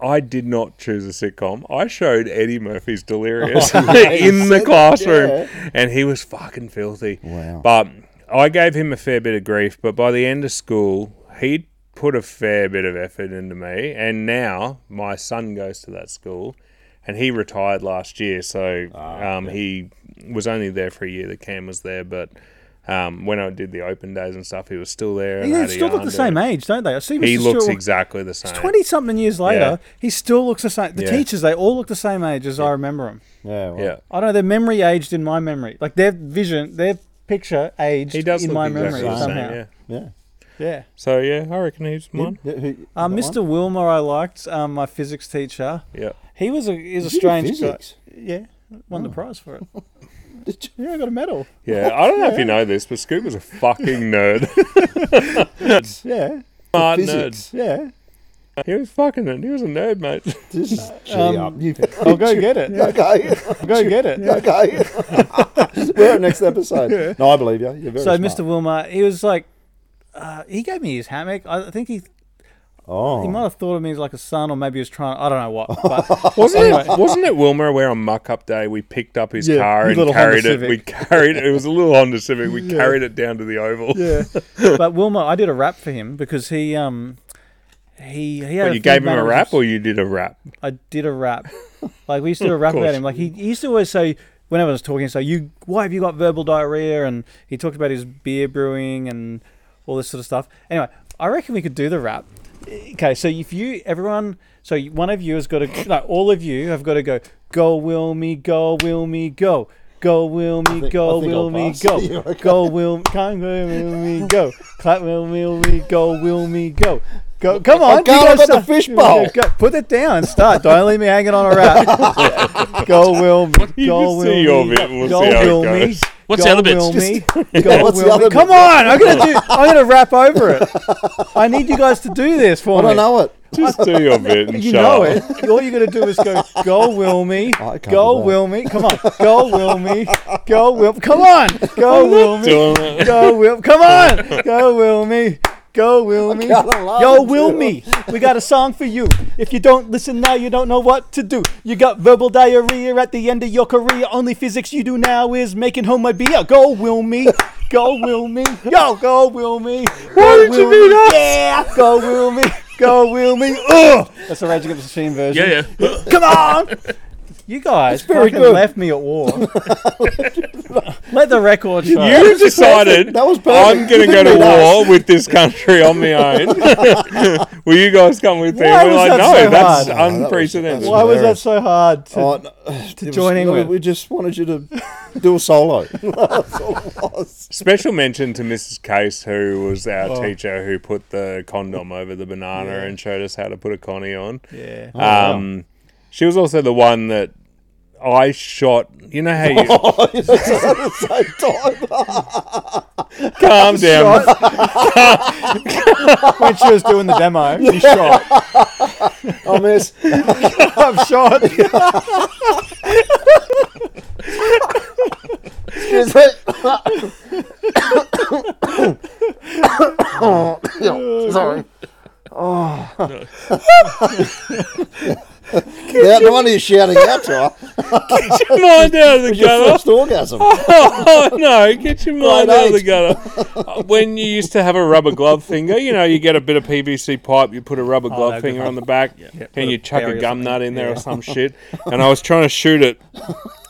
[SPEAKER 2] I did not choose a sitcom. I showed Eddie Murphy's Delirious in the classroom, and he was fucking filthy.
[SPEAKER 3] Wow.
[SPEAKER 2] But I gave him a fair bit of grief. But by the end of school, he put a fair bit of effort into me, and now my son goes to that school, and he
[SPEAKER 1] Ah,
[SPEAKER 2] retired last year. So um, he was only there for a year. The cam was there, but Um, when I did the open days and stuff, he was still there. and
[SPEAKER 1] They
[SPEAKER 2] had a
[SPEAKER 1] still look
[SPEAKER 2] yarn
[SPEAKER 1] the
[SPEAKER 2] to
[SPEAKER 1] same
[SPEAKER 2] it.
[SPEAKER 1] age, don't they? I see
[SPEAKER 2] He
[SPEAKER 1] Mr.
[SPEAKER 2] looks
[SPEAKER 1] Stewart-
[SPEAKER 2] exactly the same.
[SPEAKER 1] Twenty something years later, he still looks the same. The
[SPEAKER 2] Yeah.
[SPEAKER 1] teachers, they all look the same age as I remember them.
[SPEAKER 3] Yeah, well,
[SPEAKER 2] Yeah,
[SPEAKER 1] I don't know. Their memory aged in my memory. Like their vision, their picture aged
[SPEAKER 2] he does
[SPEAKER 1] in
[SPEAKER 2] look
[SPEAKER 1] my
[SPEAKER 2] exactly
[SPEAKER 1] memory
[SPEAKER 2] the same.
[SPEAKER 1] somehow.
[SPEAKER 2] Yeah.
[SPEAKER 3] yeah.
[SPEAKER 1] yeah.
[SPEAKER 2] So yeah, I reckon he's mine.
[SPEAKER 3] Yeah, who-
[SPEAKER 1] Uh,
[SPEAKER 3] that
[SPEAKER 1] Mr.
[SPEAKER 3] one?
[SPEAKER 1] Wilmer, I liked um, my physics teacher.
[SPEAKER 2] Yeah.
[SPEAKER 1] He was a he's a
[SPEAKER 3] Did you do
[SPEAKER 1] strange guy.
[SPEAKER 3] physics?
[SPEAKER 1] Yeah, won the prize for it. Yeah, I got a medal.
[SPEAKER 2] Yeah, I don't know if you know this, but Scoop was a fucking nerd.
[SPEAKER 3] Yeah,
[SPEAKER 2] Smart
[SPEAKER 3] physics.
[SPEAKER 2] nerd.
[SPEAKER 1] Yeah,
[SPEAKER 2] He was fucking nerd. He was a nerd, mate.
[SPEAKER 3] This is gee
[SPEAKER 1] Um,
[SPEAKER 3] up. You-
[SPEAKER 1] I'll go get it.
[SPEAKER 3] Okay.
[SPEAKER 1] I'll go get it.
[SPEAKER 3] Okay. We're on next episode. No, I believe you. You're very
[SPEAKER 1] So
[SPEAKER 3] smart.
[SPEAKER 1] Mr. Wilmer, he was like, uh, he gave me his hammock. I think he
[SPEAKER 3] Oh.
[SPEAKER 1] he might have thought of me as like a son, or maybe he was trying. I don't know what. But
[SPEAKER 2] Wasn't it? Wasn't it Wilmer where on muck up day we picked up his
[SPEAKER 1] Yeah,
[SPEAKER 2] car and
[SPEAKER 1] little
[SPEAKER 2] carried
[SPEAKER 1] Honda
[SPEAKER 2] it? We carried it. was a little Honda Civic. We carried it down to the Oval.
[SPEAKER 1] yeah. but Wilmer, I did a rap for him because he um he he had.
[SPEAKER 2] But
[SPEAKER 1] a few
[SPEAKER 2] you gave him a
[SPEAKER 1] battles
[SPEAKER 2] rap,
[SPEAKER 1] with-
[SPEAKER 2] or you did a rap?
[SPEAKER 1] I did a rap. Like we used to do a rap about
[SPEAKER 2] course.
[SPEAKER 1] him. Like he, he used to always say whenever I was talking, so you why have you got verbal diarrhea? And he talked about his beer brewing and all this sort of stuff. Anyway, I reckon we could do the rap. Okay, so if you everyone, so you- one of you has got to, no, all of you have got to go. Go will me, go will me, go. Go will me,
[SPEAKER 3] think-
[SPEAKER 1] go
[SPEAKER 3] I think
[SPEAKER 1] will
[SPEAKER 3] I'll
[SPEAKER 1] me,
[SPEAKER 3] pass.
[SPEAKER 1] go.
[SPEAKER 3] You're okay.
[SPEAKER 1] Go will, come go will me, go. Clap will me, will me, go will me, go. Go, come on,
[SPEAKER 3] I
[SPEAKER 1] you
[SPEAKER 3] can't,
[SPEAKER 1] guys
[SPEAKER 3] I've got the
[SPEAKER 1] start-
[SPEAKER 3] fish
[SPEAKER 1] you
[SPEAKER 3] bowl.
[SPEAKER 1] guys go- put it down. and Start. Don't leave me hanging on a rat. go will me. Go
[SPEAKER 2] You just
[SPEAKER 1] will
[SPEAKER 2] see
[SPEAKER 1] me.
[SPEAKER 2] your bit and we'll
[SPEAKER 1] go
[SPEAKER 2] see how it
[SPEAKER 1] will me.
[SPEAKER 2] goes.
[SPEAKER 4] What's
[SPEAKER 1] go
[SPEAKER 4] the other bits?
[SPEAKER 1] will
[SPEAKER 4] Just-
[SPEAKER 1] me. Go
[SPEAKER 3] what's the
[SPEAKER 1] will me.
[SPEAKER 3] other
[SPEAKER 1] Come
[SPEAKER 3] bit?
[SPEAKER 1] on! I'm gonna do. I'm gonna rap over it. I need you guys to do this for
[SPEAKER 3] I
[SPEAKER 1] me.
[SPEAKER 3] don't know it.
[SPEAKER 2] Just do your bit and
[SPEAKER 1] You
[SPEAKER 2] shut
[SPEAKER 1] know
[SPEAKER 2] up.
[SPEAKER 1] it. All you gotta do is go. Go will me.
[SPEAKER 3] I can't
[SPEAKER 1] Go
[SPEAKER 3] do that.
[SPEAKER 1] will me. Come on. Go will me. Go will. Come on. Go will me.
[SPEAKER 2] Doing it.
[SPEAKER 1] Go Will, come on, go Will me, go Will me,
[SPEAKER 3] gotta love
[SPEAKER 1] yo
[SPEAKER 3] it,
[SPEAKER 1] Will
[SPEAKER 3] dude.
[SPEAKER 1] me. We got a song for you. If you don't listen now, you don't know what to do. You got verbal diarrhea at the end of your career. Only physics you do now is making home my beer. Go Will me, go Will me, yo go Will me. Why
[SPEAKER 2] did you do that?
[SPEAKER 1] Yeah, go Will me, go Will me. Ugh. That's the Rage Against the Machine version.
[SPEAKER 4] Yeah, yeah.
[SPEAKER 1] Come on. You guys
[SPEAKER 3] very
[SPEAKER 1] fucking
[SPEAKER 3] good.
[SPEAKER 1] left me at war. Let the record show.
[SPEAKER 2] You decided
[SPEAKER 3] That was perfect.
[SPEAKER 2] I'm going to
[SPEAKER 3] You
[SPEAKER 2] go to
[SPEAKER 3] didn't need
[SPEAKER 2] war with this country on my own. Will you guys come with me?
[SPEAKER 1] Why
[SPEAKER 2] We're
[SPEAKER 1] was
[SPEAKER 2] like,
[SPEAKER 1] that
[SPEAKER 2] no,
[SPEAKER 1] so hard?
[SPEAKER 2] that's
[SPEAKER 3] No, Oh, that was-
[SPEAKER 2] unprecedented.
[SPEAKER 3] that's
[SPEAKER 1] Why was that so hard? To,
[SPEAKER 3] Oh, no, to
[SPEAKER 1] join in
[SPEAKER 3] we,
[SPEAKER 1] with.
[SPEAKER 3] we just wanted you to do a solo. That's all it was.
[SPEAKER 2] Special mention to Mrs. Case, who was our teacher who put the condom over the banana and showed us how to put a connie on.
[SPEAKER 1] yeah.
[SPEAKER 2] Um, She was also the one that I shot. You know how you
[SPEAKER 3] It's at the same time.
[SPEAKER 2] calm down.
[SPEAKER 1] Oh, when she was doing the demo, you shot.
[SPEAKER 3] I Oh, miss.
[SPEAKER 1] I'm shot.
[SPEAKER 3] Excuse me. Sorry. Oh. yeah, no wonder you're shouting out to her.
[SPEAKER 2] Get your mind out of the
[SPEAKER 3] Your
[SPEAKER 2] gutter.
[SPEAKER 3] first orgasm.
[SPEAKER 2] Oh no, get your mind
[SPEAKER 3] Right
[SPEAKER 2] out of the
[SPEAKER 3] age.
[SPEAKER 2] gutter. When you used to have a rubber glove finger, you know, you get a bit of PVC pipe, you put a rubber glove
[SPEAKER 1] no,
[SPEAKER 2] finger
[SPEAKER 1] good.
[SPEAKER 2] on the back, and you chuck
[SPEAKER 1] berry
[SPEAKER 2] a
[SPEAKER 1] or
[SPEAKER 2] gum nut in there or some shit. And I was trying to shoot it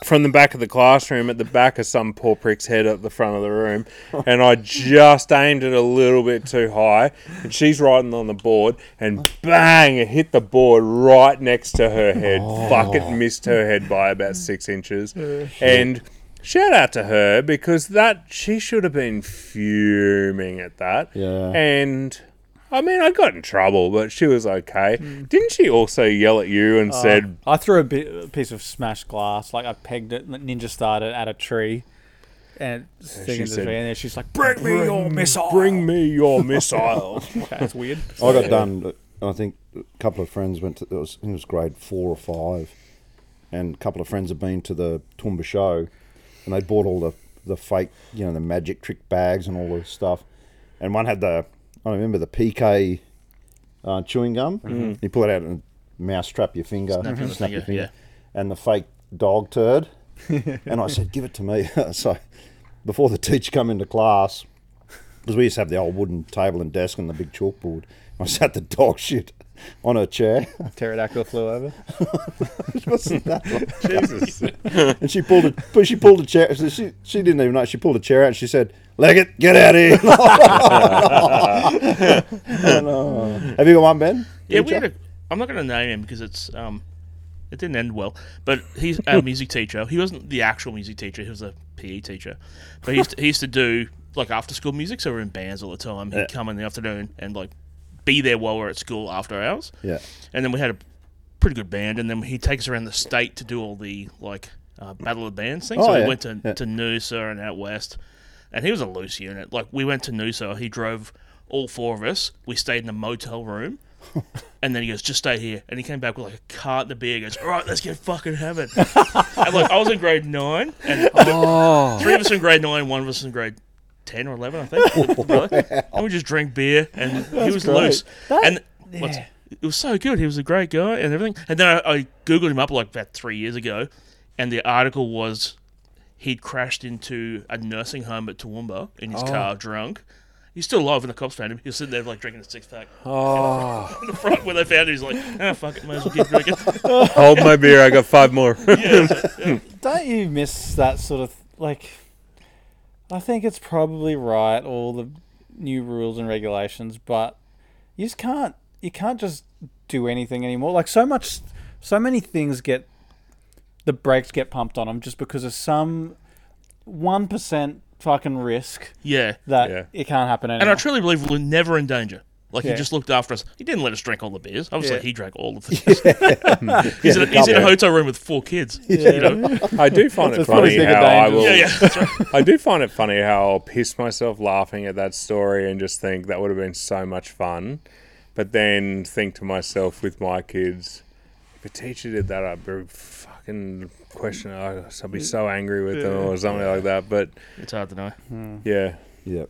[SPEAKER 2] from the back of the classroom at the back of some poor prick's head at the front of the room, and I just aimed it a little bit too high, and she's riding on the board, and bang, it hit the board right next to her head. Fuck, it missed her head by about six inches, and. Shout out to her because that she should have been fuming at that.
[SPEAKER 3] Yeah.
[SPEAKER 2] And I mean, I got in trouble, but she was okay. Didn't she also yell at you and said,
[SPEAKER 1] I threw a, bit, a piece of smashed glass, like I pegged it, ninja starred it at a tree, and it sticking to the
[SPEAKER 2] said,
[SPEAKER 1] tree, and then she's like, "Bring me your missile."
[SPEAKER 2] Bring me your missile.
[SPEAKER 1] Okay, that's weird.
[SPEAKER 3] I got done. I think a couple of friends went to. It was, I think it was grade four or five, and a couple of friends had been to the Toowoomba show, and they bought all the the fake, you know, the magic trick bags and all the stuff, and one had the I remember the PK uh, chewing gum. You pull it out and mouse trap your finger, snap,
[SPEAKER 4] your
[SPEAKER 3] your
[SPEAKER 4] finger,
[SPEAKER 3] finger, and the fake dog turd. and I said, "Give it to me." so before the teacher come into class because we used to have the old wooden table and desk and the big chalkboard. I sat the dog shit on a chair.
[SPEAKER 1] Pterodactyl flew over.
[SPEAKER 3] What's that like?
[SPEAKER 2] Jesus.
[SPEAKER 3] And she pulled a but she pulled a chair. so She she didn't even know. She pulled a chair out and she said, "Leg it, get out of here." And, uh, have you got one, Ben?
[SPEAKER 4] Yeah, we had a. I'm not going to name him because it's um, it didn't end well. But he's our music teacher. He wasn't the actual music teacher. He was a PE teacher. But he used to, he used to do like after school music. So we're in bands all the time. He'd come in the afternoon and like be there while we're at school after hours.
[SPEAKER 3] Yeah.
[SPEAKER 4] And then we had a pretty good band. And then he takes us around the state to do all the like uh, battle of bands things.
[SPEAKER 3] Oh,
[SPEAKER 4] so we
[SPEAKER 3] yeah.
[SPEAKER 4] went to
[SPEAKER 3] Yeah.
[SPEAKER 4] to Noosa and out west, and he was a loose unit. Like we went to Noosa. He drove all four of us. We stayed in a motel room. And then he goes, just stay here. And he came back with like a cart and a beer. He goes, all right, let's get fucking heaven. and like, I was in grade nine, and
[SPEAKER 3] Oh.
[SPEAKER 4] three of us in grade nine, one of us in grade ten or eleven, I think. and we just drank beer, and he was
[SPEAKER 3] great.
[SPEAKER 4] loose. and what's- it was so good. He was a great guy and everything. And then I, I googled him up like about three years ago, and the article was he'd crashed into a nursing home at Toowoomba in
[SPEAKER 1] Oh.
[SPEAKER 4] his car, drunk. He's still alive, and the cops found him. He was sitting there like drinking a six pack.
[SPEAKER 1] Oh,
[SPEAKER 4] In the front where they found him, he's like, ah, fuck it, might as well keep drinking.
[SPEAKER 2] Hold my beer. I got five more.
[SPEAKER 1] don't you miss that sort of like? I think it's probably right all the new rules and regulations, but you just can't you can't just do anything anymore. Like so much, so many things get the brakes get pumped on them just because of some one percent fucking risk
[SPEAKER 4] yeah.
[SPEAKER 1] that
[SPEAKER 2] Yeah.
[SPEAKER 1] it can't happen anymore.
[SPEAKER 4] And I truly believe we we're never in danger. Like
[SPEAKER 1] Yeah.
[SPEAKER 4] he just looked after us. He didn't let us drink all the beers. Obviously,
[SPEAKER 1] Yeah.
[SPEAKER 4] he drank all of the beers. he's, in a, he's in a hotel room with four kids. You know?
[SPEAKER 2] I do find it
[SPEAKER 1] That's probably
[SPEAKER 2] funny
[SPEAKER 1] bigger
[SPEAKER 2] how I
[SPEAKER 1] dangers.
[SPEAKER 2] will.
[SPEAKER 4] Yeah, yeah. That's right.
[SPEAKER 2] I do find it funny how I'll piss myself laughing at that story and just think that would have been so much fun, but then think to myself with my kids, if a teacher did that, I'd be fucking question. I'd be so angry with them or something like that. But
[SPEAKER 4] It's hard to know.
[SPEAKER 2] yeah,
[SPEAKER 3] Yeah.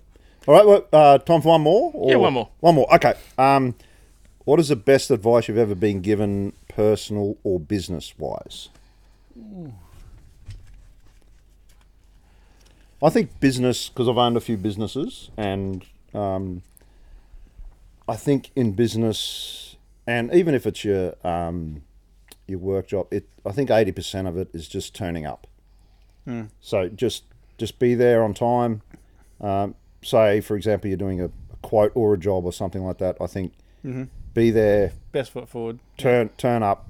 [SPEAKER 3] All right. Well, uh, time for one more. Or
[SPEAKER 4] Yeah, one more.
[SPEAKER 3] One more. Okay. Um, what is the best advice you've ever been given, personal or business wise? I think business because I've owned a few businesses, and um, I think in business, and even if it's your um, your work job, it I think eighty percent of it is just turning up. So just just be there on time. Um, say, for example, you're doing a, a quote or a job or something like that. I think
[SPEAKER 1] Mm-hmm.
[SPEAKER 3] be there,
[SPEAKER 1] Best foot forward.
[SPEAKER 3] turn turn up,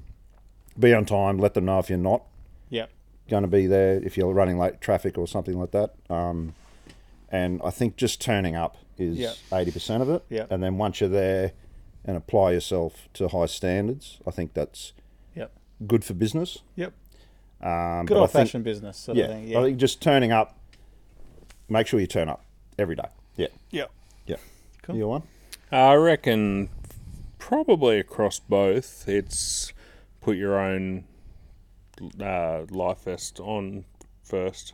[SPEAKER 3] be on time. Let them know if you're not
[SPEAKER 1] Yep.
[SPEAKER 3] going to be there, if you're running late traffic or something like that. Um, and I think just turning up
[SPEAKER 1] Yeah.
[SPEAKER 3] is eighty percent of it.
[SPEAKER 1] Yeah.
[SPEAKER 3] And then once you're there, and apply yourself to high standards. I think that's
[SPEAKER 1] Yep.
[SPEAKER 3] good for business.
[SPEAKER 1] Yep.
[SPEAKER 3] Um,
[SPEAKER 1] Good
[SPEAKER 3] but I
[SPEAKER 1] old
[SPEAKER 3] think-
[SPEAKER 1] fashioned business sort
[SPEAKER 3] yeah,
[SPEAKER 1] of thing. Yeah.
[SPEAKER 3] I think just turning up. Make sure you turn up every day. Yeah,
[SPEAKER 1] yep.
[SPEAKER 3] yeah.
[SPEAKER 1] Cool.
[SPEAKER 3] You one?
[SPEAKER 2] I reckon probably across both, it's put your own uh, life vest on first.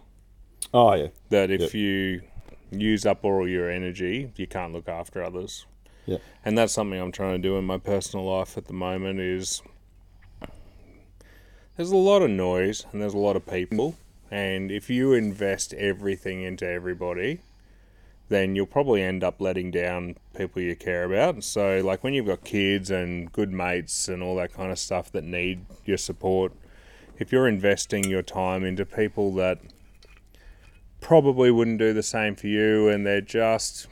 [SPEAKER 3] Oh yeah,
[SPEAKER 2] That if you use up all your energy, you can't look after others.
[SPEAKER 3] yeah,
[SPEAKER 2] and that's something I'm trying to do in my personal life at the moment is there's a lot of noise and there's a lot of people and if you invest everything into everybody then you'll probably end up letting down people you care about so like when you've got kids and good mates and all that kind of stuff that need your support if you're investing your time into people that probably wouldn't do the same for you and they're just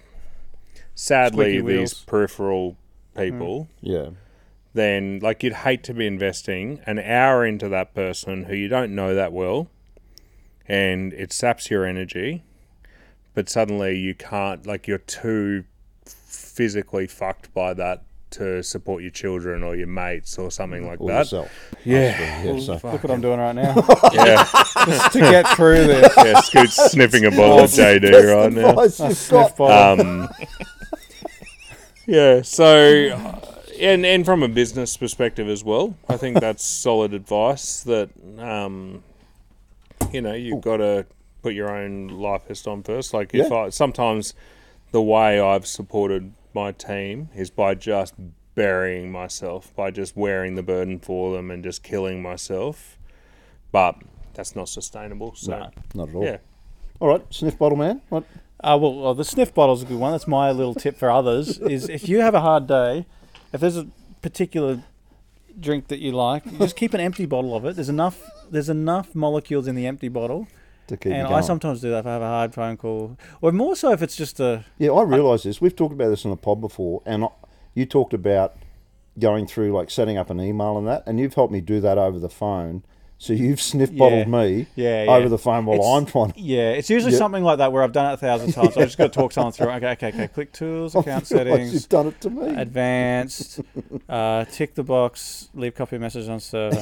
[SPEAKER 2] sadly
[SPEAKER 1] Squeaky wheels. Hmm.
[SPEAKER 2] these peripheral people
[SPEAKER 3] yeah,
[SPEAKER 2] then like you'd hate to be investing an hour into that person who you don't know that well and it saps your energy but suddenly you can't like you're too physically fucked by that to support your children or your mates or something like
[SPEAKER 3] or
[SPEAKER 2] that
[SPEAKER 3] yourself.
[SPEAKER 2] yeah
[SPEAKER 3] Yeah, so
[SPEAKER 1] Look what I'm doing right now.
[SPEAKER 2] yeah
[SPEAKER 1] Just to get through this.
[SPEAKER 2] yeah scoot's sniffing a bottle of jd right
[SPEAKER 3] Oh,
[SPEAKER 2] now
[SPEAKER 1] Sniff bottle.
[SPEAKER 2] um, yeah so uh, and and from a business perspective as well i think that's solid advice that um, you know you've got to put your own life vest on first like if
[SPEAKER 3] Yeah.
[SPEAKER 2] i sometimes the way i've supported my team is by just burying myself by just wearing the burden for them and just killing myself but that's not sustainable so
[SPEAKER 3] not at all.
[SPEAKER 2] yeah
[SPEAKER 3] All right, sniff bottle man. What?
[SPEAKER 1] Uh, well, well, the sniff bottle's a good one. That's my little tip for others. Is if you have a hard day, if there's a particular drink that you like, you just keep an empty bottle of it. There's enough. There's enough molecules in the empty bottle.
[SPEAKER 3] to keep you
[SPEAKER 1] and I
[SPEAKER 3] going.
[SPEAKER 1] sometimes do that if I have a hard phone call, or more so if it's just a
[SPEAKER 3] Yeah, I realise this. We've talked about this on the pod before, and I- you talked about going through like setting up an email and that, and you've helped me do that over the phone. So you've sniff bottled
[SPEAKER 1] Yeah.
[SPEAKER 3] me
[SPEAKER 1] Yeah, yeah.
[SPEAKER 3] over the phone while
[SPEAKER 1] It's-
[SPEAKER 3] I'm trying. to-
[SPEAKER 1] yeah. It's usually
[SPEAKER 3] Yeah.
[SPEAKER 1] something like that where I've done it a thousand times. so I just got to talk someone through. Okay, okay, okay. Click tools, account
[SPEAKER 3] I realise
[SPEAKER 1] settings,
[SPEAKER 3] You've done it to me.
[SPEAKER 1] advanced, uh, tick the box, leave copy message on server,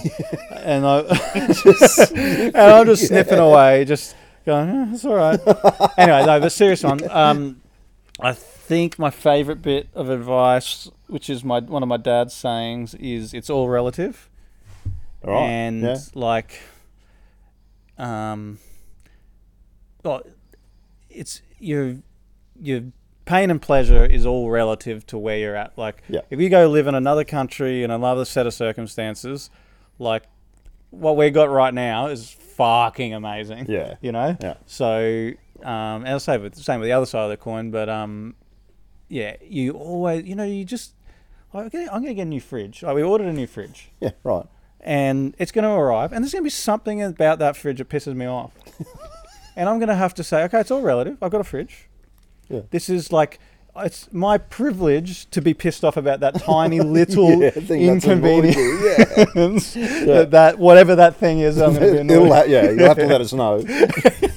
[SPEAKER 1] and I and I'm just sniffing away, just going, "Eh, it's all right. anyway, no, the serious one. Um, I think my favourite bit of advice, which is my one of my dad's sayings, is it's all relative,
[SPEAKER 3] All right.
[SPEAKER 1] and
[SPEAKER 3] yeah.
[SPEAKER 1] like, um, well, it's your your pain and pleasure is all relative to where you're at. Like,
[SPEAKER 3] Yeah.
[SPEAKER 1] if you go live in another country in another set of circumstances, like what we got right now is fucking amazing.
[SPEAKER 3] Yeah.
[SPEAKER 1] you know.
[SPEAKER 3] Yeah.
[SPEAKER 1] So, um, and I say with same with the other side of the coin, but um, yeah, you always, you know, you just. "Oh, I'm gonna, I'm gonna get a new fridge. Like we ordered a new fridge
[SPEAKER 3] Yeah. Right.
[SPEAKER 1] and it's going to arrive, and there's going to be something about that fridge that pisses me off. and I'm going to have to say, okay, it's all relative. I've got a fridge.
[SPEAKER 3] Yeah.
[SPEAKER 1] This is like, it's my privilege to be pissed off about that tiny little
[SPEAKER 3] Yeah, I think that's annoying
[SPEAKER 1] inconvenience.
[SPEAKER 3] you, Yeah.
[SPEAKER 1] that, that whatever that thing is, I'm going to be annoyed.
[SPEAKER 3] It'll ha- yeah. You'll have to let us know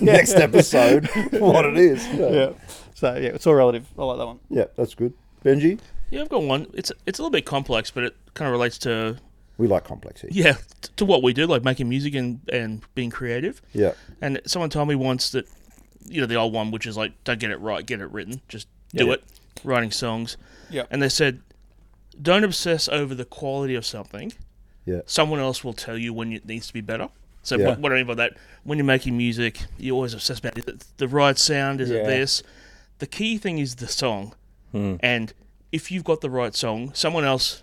[SPEAKER 3] next episode what it is. Yeah.
[SPEAKER 1] yeah.
[SPEAKER 3] yeah.
[SPEAKER 1] So yeah, it's all relative. I like that one.
[SPEAKER 3] That's good. Benji,
[SPEAKER 4] Yeah, I've got one. It's it's a little bit complex, but it kind of relates to
[SPEAKER 3] we like complexity.
[SPEAKER 4] yeah t- to what we do, like making music and and being creative.
[SPEAKER 3] Yeah.
[SPEAKER 4] And someone told me once that you know the old one, which is like don't get it right, get it written, just do
[SPEAKER 1] Yeah.
[SPEAKER 4] it. Writing songs.
[SPEAKER 1] Yeah.
[SPEAKER 4] And they said, don't obsess over the quality of something.
[SPEAKER 3] Yeah.
[SPEAKER 4] someone else will tell you when it needs to be better. So
[SPEAKER 3] Yeah.
[SPEAKER 4] what, what I mean by that, when you're making music, you're always obsessed about is it the right sound, is
[SPEAKER 1] Yeah.
[SPEAKER 4] it this? The key thing is the song,
[SPEAKER 3] Hmm.
[SPEAKER 4] and if you've got the right song, someone else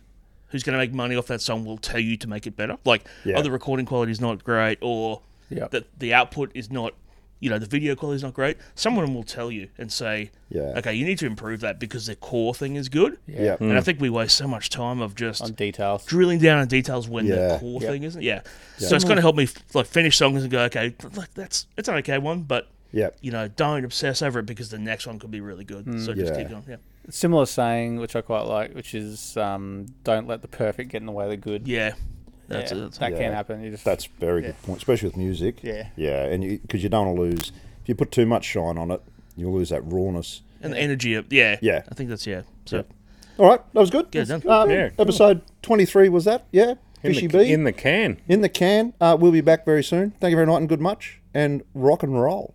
[SPEAKER 4] who's going to make money off that song will tell you to make it better. Like,
[SPEAKER 3] Yeah.
[SPEAKER 4] oh, the recording quality is not great, or
[SPEAKER 1] Yeah.
[SPEAKER 4] that the output is not, you know, the video quality is not great. Someone will tell you and say,
[SPEAKER 3] Yeah.
[SPEAKER 4] okay, you need to improve that because the core thing is good.
[SPEAKER 3] Yeah.
[SPEAKER 2] Hmm.
[SPEAKER 4] And I think we waste so much time of just
[SPEAKER 1] On details.
[SPEAKER 4] drilling down on details when
[SPEAKER 3] Yeah.
[SPEAKER 4] the core
[SPEAKER 1] Yep.
[SPEAKER 4] thing isn't. Yeah. So it's going to help me f- like finish songs and go, okay, like that's it's an okay one, but
[SPEAKER 3] Yeah.
[SPEAKER 4] you know, don't obsess over it because the next one could be really good. So just
[SPEAKER 3] Hmm. Yeah.
[SPEAKER 4] keep going. Yeah.
[SPEAKER 1] Similar saying, which I quite like, which is um, don't let the perfect get in the way of the good.
[SPEAKER 4] Yeah. That's
[SPEAKER 1] Yeah,
[SPEAKER 4] it. That's
[SPEAKER 1] that
[SPEAKER 3] Yeah.
[SPEAKER 1] can happen. You just
[SPEAKER 3] That's a very good point, especially with music.
[SPEAKER 1] Yeah.
[SPEAKER 3] Yeah, and you because you don't want to lose. If you put too much shine on it, you'll lose that rawness.
[SPEAKER 4] And the energy of yeah.
[SPEAKER 3] Yeah.
[SPEAKER 4] I think that's yeah. So
[SPEAKER 3] All right, that was good.
[SPEAKER 4] Get it done.
[SPEAKER 3] Um,
[SPEAKER 2] Yeah, cool.
[SPEAKER 3] Episode twenty three was that? Yeah.
[SPEAKER 2] In
[SPEAKER 3] Fishy
[SPEAKER 2] the,
[SPEAKER 3] B
[SPEAKER 2] in the can.
[SPEAKER 3] in the can. Uh, we'll be back very soon. Thank you very much and good much and rock and roll.